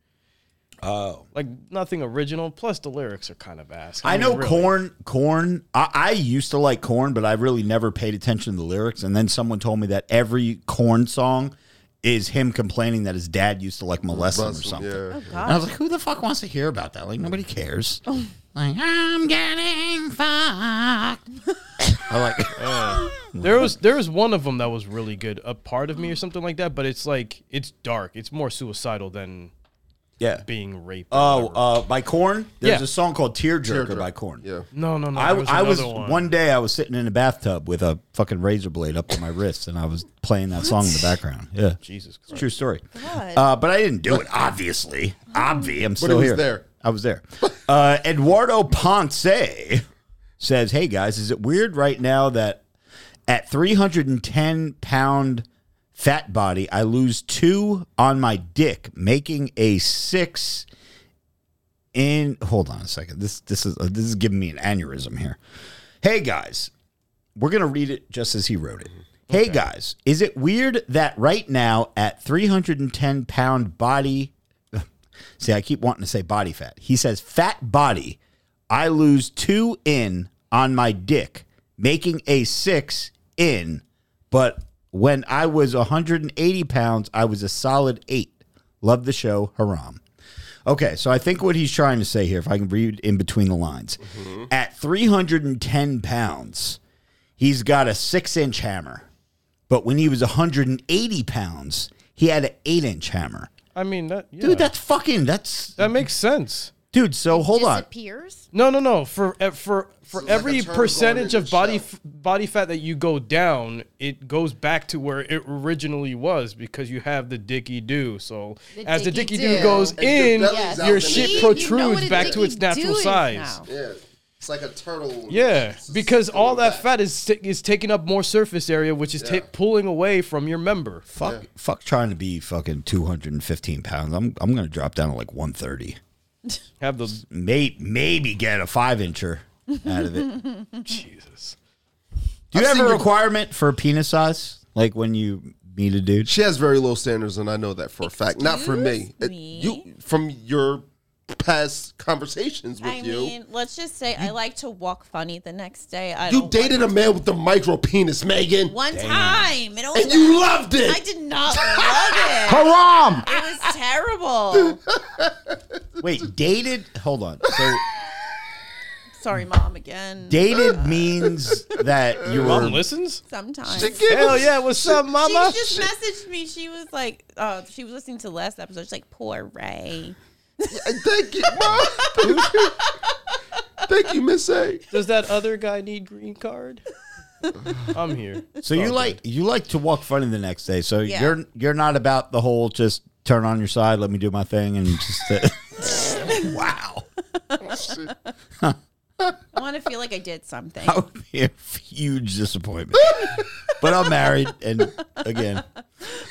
[SPEAKER 4] Oh, like nothing original. Plus the lyrics are kind of ass.
[SPEAKER 1] I
[SPEAKER 4] mean,
[SPEAKER 1] know
[SPEAKER 4] really.
[SPEAKER 1] corn. Corn. I, I used to like corn, but I really never paid attention to the lyrics. And then someone told me that every corn song is him complaining that his dad used to like molest him or
[SPEAKER 3] Muslim,
[SPEAKER 1] something.
[SPEAKER 3] yeah.
[SPEAKER 2] Oh
[SPEAKER 1] And I
[SPEAKER 2] God.
[SPEAKER 1] was like, who the fuck wants to hear about that? Like nobody cares. Like I'm getting fucked. I like. *laughs* uh,
[SPEAKER 4] There was there was one of them that was really good, a part of me or something like that. But it's like it's dark. It's more suicidal than
[SPEAKER 1] yeah.
[SPEAKER 4] being raped. or
[SPEAKER 1] Oh,
[SPEAKER 4] whatever.
[SPEAKER 1] uh, by Corn. There's
[SPEAKER 4] Yeah.
[SPEAKER 1] a song called "Tearjerker"
[SPEAKER 3] Tearjerker.
[SPEAKER 1] by Corn.
[SPEAKER 3] yeah.
[SPEAKER 4] no, no, no.
[SPEAKER 1] I,
[SPEAKER 4] there
[SPEAKER 1] I was
[SPEAKER 4] another
[SPEAKER 1] one. day I was sitting in a bathtub with a fucking razor blade up to my wrist, and I was playing that song in the background. Yeah,
[SPEAKER 4] Jesus Christ.
[SPEAKER 1] true story.
[SPEAKER 2] God.
[SPEAKER 1] Uh, but I didn't do it, obviously. Obvi, I'm still
[SPEAKER 3] it was
[SPEAKER 1] here.
[SPEAKER 3] there.
[SPEAKER 1] I was there. *laughs* Uh, Eduardo Ponce says, "Hey guys, is it weird right now that at 310 pound fat body, I lose two on my dick, making a six in hold on a second. This this is this is giving me an aneurysm here. Hey guys, we're gonna read it just as he wrote it. Hey guys, is it weird that right now at 310 pound body, *laughs* see, I keep wanting to say body fat. He says fat body, I lose two in on my dick, making a six in. But when I was 180 pounds, I was a solid eight. Love the show, haram. Okay, so I think what he's trying to say here, if I can read in between the lines, at 310 pounds, he's got a six inch hammer. But when he was 180 pounds, he had an eight inch hammer.
[SPEAKER 4] I mean that yeah.
[SPEAKER 1] Dude, that's fucking, that's,
[SPEAKER 4] that makes sense.
[SPEAKER 1] dude, so hold on.
[SPEAKER 2] Disappears.
[SPEAKER 4] No, no, no. For e- for for
[SPEAKER 3] like a
[SPEAKER 4] every
[SPEAKER 3] turtle going
[SPEAKER 4] percentage
[SPEAKER 3] into
[SPEAKER 4] of body
[SPEAKER 3] shell.
[SPEAKER 4] f- body fat that you go down, it goes back to where it originally was because you have the dicky do. So
[SPEAKER 2] The
[SPEAKER 4] as the dicky
[SPEAKER 2] dicky
[SPEAKER 4] do
[SPEAKER 2] do.
[SPEAKER 4] goes
[SPEAKER 2] And
[SPEAKER 3] your
[SPEAKER 4] in,
[SPEAKER 3] belly's out
[SPEAKER 4] your
[SPEAKER 3] and
[SPEAKER 4] shit
[SPEAKER 3] then it-
[SPEAKER 4] protrudes back to its
[SPEAKER 2] Dicky
[SPEAKER 4] natural
[SPEAKER 2] Doo is
[SPEAKER 4] size.
[SPEAKER 2] now.
[SPEAKER 3] Yeah. It's like a turtle.
[SPEAKER 4] Yeah,
[SPEAKER 3] It's-
[SPEAKER 4] because
[SPEAKER 3] it's
[SPEAKER 4] all
[SPEAKER 3] going
[SPEAKER 4] that
[SPEAKER 3] back.
[SPEAKER 4] fat is ta- is taking up more surface area, which is ta- pulling away from your member.
[SPEAKER 1] Fuck, fuck trying to be fucking 215 pounds. I'm, I'm going to drop down to like 130.
[SPEAKER 4] Have those
[SPEAKER 1] May, maybe get a five incher out of it.
[SPEAKER 4] Jesus.
[SPEAKER 1] Do you
[SPEAKER 3] I've
[SPEAKER 1] have
[SPEAKER 3] seen
[SPEAKER 1] a
[SPEAKER 3] your-
[SPEAKER 1] requirement for penis size? Like when you meet a dude?
[SPEAKER 3] She has very low standards, and I know that for a fact. Not for me.
[SPEAKER 2] Excuse
[SPEAKER 3] It-
[SPEAKER 2] me?
[SPEAKER 3] you from your past conversations with
[SPEAKER 2] I
[SPEAKER 3] you.
[SPEAKER 2] mean, let's just say I like to walk funny the next day. I
[SPEAKER 3] you
[SPEAKER 2] don't
[SPEAKER 3] dated a
[SPEAKER 2] like-
[SPEAKER 3] man with a micro penis, Megan,
[SPEAKER 2] one time. It only
[SPEAKER 3] and you loved it.
[SPEAKER 2] I did not love it.
[SPEAKER 5] Haram!
[SPEAKER 2] It was
[SPEAKER 4] *laughs*
[SPEAKER 2] terrible.
[SPEAKER 1] Wait, dated? Hold on. So
[SPEAKER 2] Sorry, mom. Again.
[SPEAKER 1] dated means that you
[SPEAKER 4] Mom
[SPEAKER 1] were.
[SPEAKER 4] listens.
[SPEAKER 2] Sometimes.
[SPEAKER 3] She
[SPEAKER 2] She
[SPEAKER 3] gave
[SPEAKER 4] Hell
[SPEAKER 3] us-
[SPEAKER 4] yeah! What's up, mama?
[SPEAKER 2] just messaged me. She was like, uh, she was listening to the last episode. She's like, poor Ray.
[SPEAKER 3] Thank you, mom. Thank you. *laughs* Thank you, Miss A.
[SPEAKER 4] Does that other guy need green card? *laughs* I'm here.
[SPEAKER 1] So you like you like to walk funny the next day. So
[SPEAKER 2] Yeah.
[SPEAKER 1] you're you're not about the whole just turn on your side, let me do my thing, and just wow.
[SPEAKER 2] I want to feel like I did something.
[SPEAKER 1] That would be a huge disappointment. but I'm married, and again,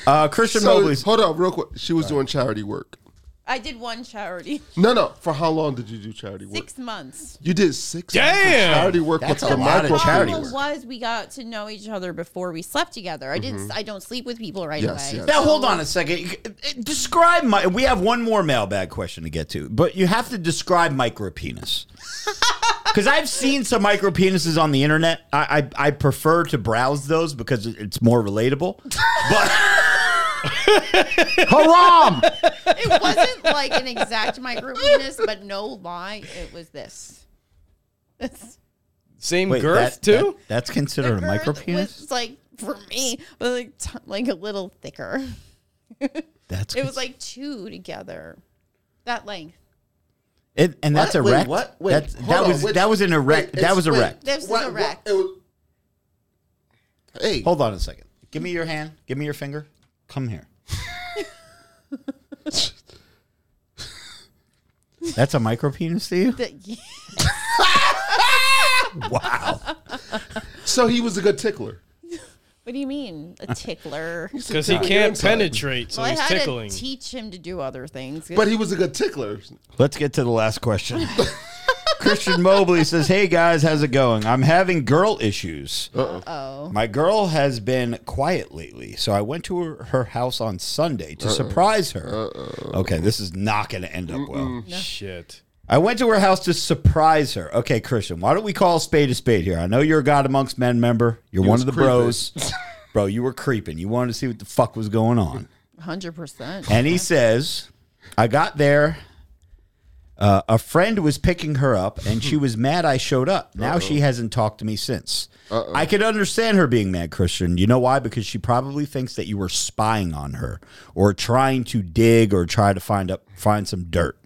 [SPEAKER 1] uh, Christian
[SPEAKER 3] So
[SPEAKER 1] Mobley.
[SPEAKER 3] hold on, real quick. She was doing charity work.
[SPEAKER 2] I did one charity. *laughs*
[SPEAKER 3] No, no. For how long did you do charity work?
[SPEAKER 2] Six months.
[SPEAKER 3] You did six.
[SPEAKER 4] Damn!
[SPEAKER 3] months of Charity work
[SPEAKER 1] That's
[SPEAKER 3] with
[SPEAKER 1] a
[SPEAKER 3] the
[SPEAKER 1] lot of
[SPEAKER 3] micro
[SPEAKER 1] charity
[SPEAKER 2] problem
[SPEAKER 1] work.
[SPEAKER 2] was we got to know each other before we slept together. I
[SPEAKER 1] Mm-hmm.
[SPEAKER 2] didn't. I don't sleep with people right
[SPEAKER 3] Yes,
[SPEAKER 2] away.
[SPEAKER 3] yes.
[SPEAKER 1] Now hold on a second. Describe my. We have one more mailbag question to get to, but you have to describe micro *laughs* penis. Because I've seen some micro penises on the internet. I, I I prefer to browse those because it- it's more relatable. *laughs* But
[SPEAKER 5] Haram!
[SPEAKER 2] It
[SPEAKER 1] *laughs*
[SPEAKER 2] wasn't like an exact micro penis, but no lie, it was this. It's
[SPEAKER 4] Same
[SPEAKER 1] Wait,
[SPEAKER 4] girth
[SPEAKER 1] that-
[SPEAKER 4] too.
[SPEAKER 1] that- that's considered a micro penis.
[SPEAKER 2] was like for me, was like t- like a little thicker.
[SPEAKER 1] That's
[SPEAKER 2] It was like two together, that length.
[SPEAKER 1] it, and that's
[SPEAKER 3] What? Wait,
[SPEAKER 1] erect.
[SPEAKER 3] what? Wait,
[SPEAKER 1] That's-
[SPEAKER 3] hold
[SPEAKER 1] that
[SPEAKER 3] on,
[SPEAKER 1] was
[SPEAKER 3] which-
[SPEAKER 1] that was an erect. that
[SPEAKER 3] Wait, it's-
[SPEAKER 1] was
[SPEAKER 3] wait.
[SPEAKER 1] erect.
[SPEAKER 2] This is
[SPEAKER 3] What-
[SPEAKER 2] erect.
[SPEAKER 3] what- it was- Hey,
[SPEAKER 1] Hold on a second. Give me your hand. Give me your finger. Come here. *laughs* That's a micro penis to *laughs* you?
[SPEAKER 2] That
[SPEAKER 1] Wow.
[SPEAKER 3] so he was a good tickler.
[SPEAKER 2] *laughs* what do you mean,
[SPEAKER 1] *laughs*
[SPEAKER 2] a tickler?
[SPEAKER 4] Because he can't penetrate, so
[SPEAKER 2] Well, I
[SPEAKER 4] he's
[SPEAKER 2] had
[SPEAKER 4] tickling.
[SPEAKER 2] to teach him to do other things.
[SPEAKER 3] But he was a good tickler.
[SPEAKER 1] Let's get to the last question. *laughs* Christian Mobley says, "Hey guys, how's it going? I'm having girl issues.
[SPEAKER 2] Oh.
[SPEAKER 1] My girl has been quiet lately, so I went to her, her house on Sunday to surprise her. Okay, this is not going to end up well.
[SPEAKER 4] Shit.
[SPEAKER 1] I went to her house to surprise her. Okay, Christian, why don't we call a spade a spade here? I know you're a God Amongst Men member. You're one
[SPEAKER 3] was
[SPEAKER 1] of the
[SPEAKER 3] creeping.
[SPEAKER 1] bros, bro. You were creeping. You wanted to see what the fuck was going on." *laughs*
[SPEAKER 2] 100%.
[SPEAKER 1] And he says, I got there. Uh, a friend was picking her up, and she was mad I showed up. Now she hasn't talked to me since. I could understand her being mad, Christian. You know why? Because she probably thinks that you were spying on her or trying to dig or try to find up find some dirt.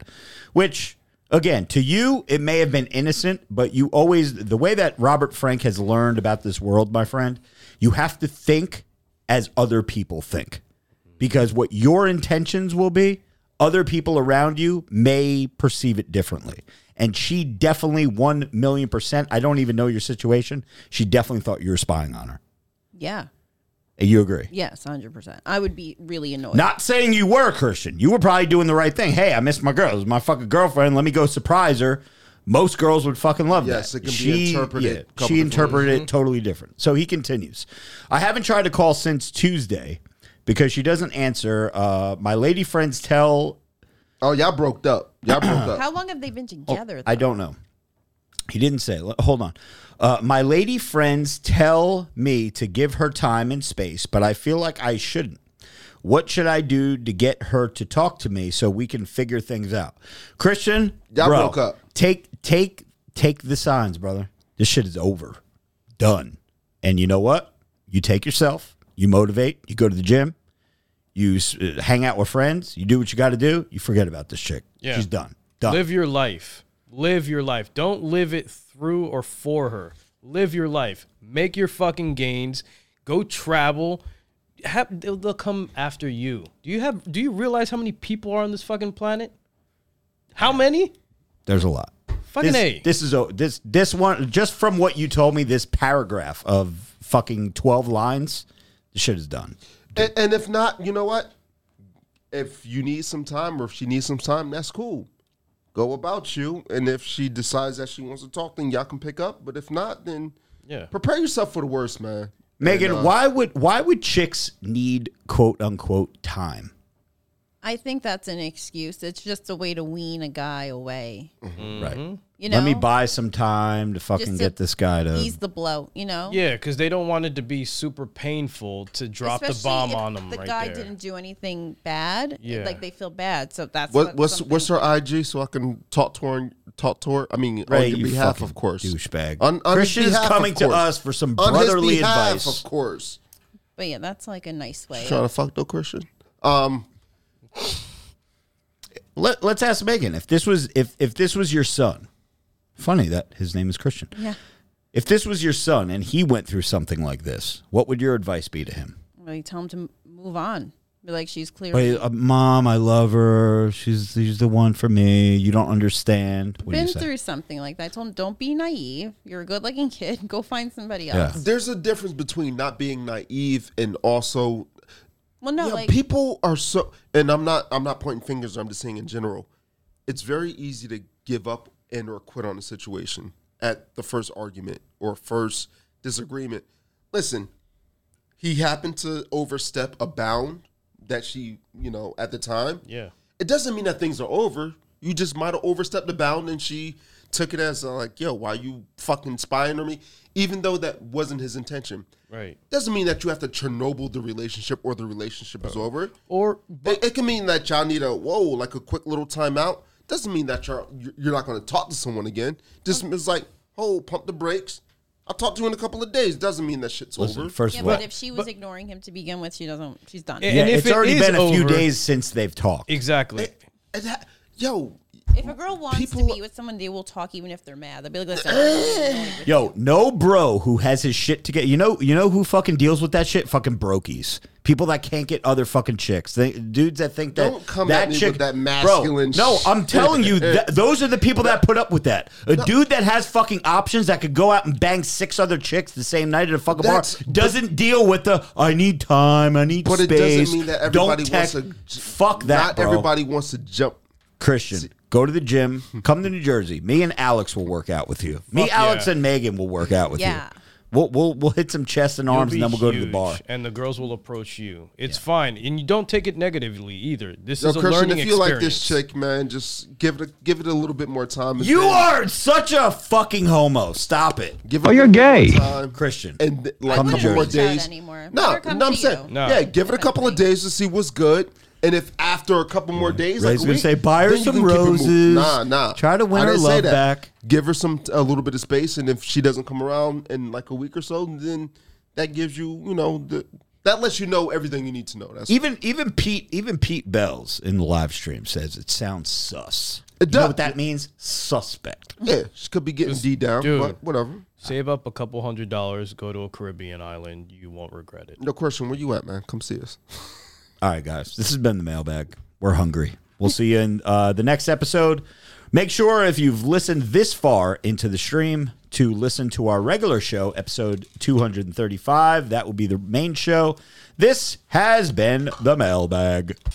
[SPEAKER 1] Which, again, to you, it may have been innocent, but you always the way that Robert Frank has learned about this world, my friend, you have to think as other people think because what your intentions will be, other people around you may perceive it differently. And she definitely, 1 million percent, I don't even know your situation. She definitely thought you were spying on her.
[SPEAKER 2] yeah.
[SPEAKER 1] And you agree?
[SPEAKER 2] Yes, 100%. I would be really annoyed.
[SPEAKER 1] Not saying you were, Christian. You were probably doing the right thing. Hey, I missed my girl. It was my fucking girlfriend. Let me go surprise her. Most girls would fucking love
[SPEAKER 3] Yes,
[SPEAKER 1] that.
[SPEAKER 3] it can be interpreted a couple
[SPEAKER 1] she
[SPEAKER 3] different Mm-hmm.
[SPEAKER 1] interpreted it totally different. So he continues. I haven't tried to call since Tuesday because she doesn't answer. Uh, my lady friends tell
[SPEAKER 3] Oh, y'all broke up. Y'all broke up.
[SPEAKER 2] How long have they been together?
[SPEAKER 1] Oh, I don't know. He didn't say. L- Hold on. Uh, my lady friends tell me to give her time and space, but I feel like I shouldn't. What should I do to get her to talk to me so we can figure things out? Christian,
[SPEAKER 3] Y'all
[SPEAKER 1] bro,
[SPEAKER 3] broke up.
[SPEAKER 1] Take take take the signs, brother. This shit is over. Done. And you know what? You take yourself, you motivate, you go to the gym, you s- uh, hang out with friends, you do what you got to do, you forget about this chick.
[SPEAKER 4] Yeah.
[SPEAKER 1] She's done. Done.
[SPEAKER 4] Live your life. Live your life. Don't live it through or for her. Live your life. Make your fucking gains. Go travel. Have, they'll, they'll come after you. Do you have? Do you realize how many people are on this fucking planet? How many?
[SPEAKER 1] There's a lot.
[SPEAKER 4] Fucking
[SPEAKER 1] This,
[SPEAKER 4] a.
[SPEAKER 1] this is a this this one just from what you told me. This paragraph of fucking twelve lines, the shit is done.
[SPEAKER 3] And, and if not, you know what? If you need some time, or if she needs some time, that's cool. Go about you, and if she decides that she wants to talk, then y'all can pick up. But if not, then
[SPEAKER 4] Yeah.
[SPEAKER 3] prepare yourself for the worst, man.
[SPEAKER 1] Megan, why would why would chicks need quote unquote time?
[SPEAKER 2] I think that's an excuse. It's just a way to wean a guy away.
[SPEAKER 1] Right.
[SPEAKER 2] You know,
[SPEAKER 1] Mm. Let me buy some time to fucking
[SPEAKER 2] to
[SPEAKER 1] get this guy to.
[SPEAKER 2] ease the blow, you know?
[SPEAKER 4] Yeah, because they don't want it to be super painful to drop the
[SPEAKER 2] Especially
[SPEAKER 4] bomb
[SPEAKER 2] if
[SPEAKER 4] on them
[SPEAKER 2] The
[SPEAKER 4] right
[SPEAKER 2] guy
[SPEAKER 4] there.
[SPEAKER 2] didn't do anything bad.
[SPEAKER 4] Yeah.
[SPEAKER 2] Like they feel bad. So that's
[SPEAKER 3] What, what's
[SPEAKER 2] something-
[SPEAKER 3] what's her IG so I can talk to her? And, talk to her. I mean,
[SPEAKER 1] Ray,
[SPEAKER 3] on
[SPEAKER 1] you
[SPEAKER 3] your behalf,
[SPEAKER 1] fucking
[SPEAKER 3] of course.
[SPEAKER 1] douchebag.
[SPEAKER 3] On, on
[SPEAKER 1] Christian is
[SPEAKER 3] his behalf, of
[SPEAKER 1] coming to
[SPEAKER 3] course.
[SPEAKER 1] us for some
[SPEAKER 3] On his
[SPEAKER 1] brotherly
[SPEAKER 3] behalf,
[SPEAKER 1] advice.
[SPEAKER 3] of course.
[SPEAKER 2] But yeah, that's like a nice way.
[SPEAKER 3] Trying to fuck though, Christian. Um,
[SPEAKER 1] Let, let's ask Megan if this was if if this was your son. Funny that his name is Christian.
[SPEAKER 2] Yeah.
[SPEAKER 1] If this was your son and he went through something like this, what would your advice be to him?
[SPEAKER 2] Well, you tell him to m- move on. Be like, she's
[SPEAKER 1] But
[SPEAKER 2] clearly
[SPEAKER 1] uh, mom, I love her. She's she's the one for me. You don't understand. What do you
[SPEAKER 2] been
[SPEAKER 1] say?
[SPEAKER 2] through something like that. I told him, don't be naive. You're a good looking *laughs* kid. Go find somebody else.
[SPEAKER 3] there's a difference between not being naive and also
[SPEAKER 2] Well, no,
[SPEAKER 3] yeah,
[SPEAKER 2] like,
[SPEAKER 3] people are so and i'm not i'm not pointing fingers i'm just saying in general it's very easy to give up and or quit on a situation at the first argument or first disagreement listen he happened to overstep a bound that she you know at the time
[SPEAKER 4] yeah.
[SPEAKER 3] it doesn't mean that things are over you just might have overstepped the bound and she took it as uh, like yo why you fucking spying on me even though that wasn't his intention
[SPEAKER 4] Right.
[SPEAKER 3] doesn't mean that you have to Chernobyl the relationship or the relationship is over.
[SPEAKER 4] Or
[SPEAKER 3] It, it can mean that y'all need a whoa, like a quick little timeout. Doesn't mean that you're you're you're not going to talk to someone again. Just it's like, oh, pump the brakes. I'll talk to you in a couple of days. Doesn't mean that shit's
[SPEAKER 1] Listen,
[SPEAKER 3] over.
[SPEAKER 1] first
[SPEAKER 2] yeah,
[SPEAKER 1] of all,
[SPEAKER 2] but if she was ignoring him to begin with, she doesn't, she's done.
[SPEAKER 4] Yeah.
[SPEAKER 1] yeah,
[SPEAKER 4] and if
[SPEAKER 1] it's
[SPEAKER 4] it
[SPEAKER 1] already
[SPEAKER 4] is
[SPEAKER 1] been a few
[SPEAKER 4] over-
[SPEAKER 1] days since they've talked.
[SPEAKER 4] exactly.
[SPEAKER 3] And that- yo,
[SPEAKER 2] If a girl wants
[SPEAKER 3] People-
[SPEAKER 2] to be with someone, they will talk even if they're mad. They'll be like, listen, I'm really annoyed with
[SPEAKER 1] Yo, no bro who has his shit together. You know, you know who fucking deals with that shit? Fucking brokies. People that can't get other fucking chicks. They, dudes that think that
[SPEAKER 3] Don't come
[SPEAKER 1] that
[SPEAKER 3] at me with
[SPEAKER 1] chick,
[SPEAKER 3] that
[SPEAKER 1] Bro,
[SPEAKER 3] masculine
[SPEAKER 1] no,
[SPEAKER 3] shit.
[SPEAKER 1] I'm telling you,
[SPEAKER 3] *laughs*
[SPEAKER 1] th- those are the people that put up with that. A dude that has fucking options that could go out and bang six other chicks the same night at a fucking
[SPEAKER 3] That's-
[SPEAKER 1] bar doesn't deal with the I need time, I need
[SPEAKER 3] but
[SPEAKER 1] space.
[SPEAKER 3] it doesn't mean that
[SPEAKER 1] don't
[SPEAKER 3] everybody
[SPEAKER 1] text."
[SPEAKER 3] wants to. j-
[SPEAKER 1] Fuck that,
[SPEAKER 3] Not
[SPEAKER 1] bro.
[SPEAKER 3] everybody wants to jump.
[SPEAKER 1] Christian, go to the gym. Come to New Jersey. Me and Alex will work out with you. Me,
[SPEAKER 4] Fuck
[SPEAKER 1] Alex,
[SPEAKER 4] yeah.
[SPEAKER 1] and Megan will work out with
[SPEAKER 2] Yeah.
[SPEAKER 1] you. We'll, we'll we'll hit some chest and
[SPEAKER 4] You'll
[SPEAKER 1] arms, and
[SPEAKER 4] be
[SPEAKER 1] then we'll go to the
[SPEAKER 4] huge,
[SPEAKER 1] bar.
[SPEAKER 4] and the girls will approach you. It's fine, and you don't take it negatively either. This
[SPEAKER 3] Yo,
[SPEAKER 4] is a
[SPEAKER 3] Christian,
[SPEAKER 4] learning
[SPEAKER 3] if you
[SPEAKER 4] experience.
[SPEAKER 3] like this chick, man, just give it a, give it a little bit more time. and
[SPEAKER 1] You
[SPEAKER 3] then
[SPEAKER 1] are such a fucking homo. Stop it,
[SPEAKER 3] give it
[SPEAKER 5] Oh,
[SPEAKER 3] a
[SPEAKER 5] you're
[SPEAKER 3] little bit
[SPEAKER 5] gay.
[SPEAKER 3] more time.
[SPEAKER 1] Christian.
[SPEAKER 3] and th- like
[SPEAKER 1] Come
[SPEAKER 3] a
[SPEAKER 1] to
[SPEAKER 3] couple more
[SPEAKER 1] Jersey.
[SPEAKER 2] Not
[SPEAKER 3] days.
[SPEAKER 2] anymore.
[SPEAKER 3] No,
[SPEAKER 2] Or come
[SPEAKER 3] no, I'm
[SPEAKER 2] to
[SPEAKER 3] saying,
[SPEAKER 2] you.
[SPEAKER 4] No.
[SPEAKER 3] yeah, give it a couple of days to see what's good. And if after a couple more days, like
[SPEAKER 1] Ray's
[SPEAKER 3] a
[SPEAKER 1] gonna
[SPEAKER 3] week,
[SPEAKER 1] say, "Buy her
[SPEAKER 3] then you
[SPEAKER 1] some
[SPEAKER 3] can keep it moving."
[SPEAKER 1] roses.
[SPEAKER 3] Nah, nah.
[SPEAKER 1] Try to win
[SPEAKER 3] I
[SPEAKER 1] her
[SPEAKER 3] didn't say
[SPEAKER 1] love
[SPEAKER 3] that.
[SPEAKER 1] back.
[SPEAKER 3] Give her some a little bit of space, and if she doesn't come around in like a week or so, then that gives you, you know, the, that lets you know everything you need to know. That's
[SPEAKER 1] Even even Pete even Pete Bells in the live stream says it sounds sus.
[SPEAKER 3] It
[SPEAKER 1] You know
[SPEAKER 3] does.
[SPEAKER 1] what that means? Suspect.
[SPEAKER 3] yeah, she could be getting D down,
[SPEAKER 4] dude.
[SPEAKER 3] but whatever.
[SPEAKER 4] Save up a couple hundred dollars, go to a Caribbean island. You won't regret it.
[SPEAKER 3] No question. Where you at, man? Come see us.
[SPEAKER 1] All right, guys. This has been the mailbag. We're hungry. We'll see you in uh, the next episode. Make sure if you've listened this far into the stream to listen to our regular show, episode 235. That will be the main show. This has been the mailbag.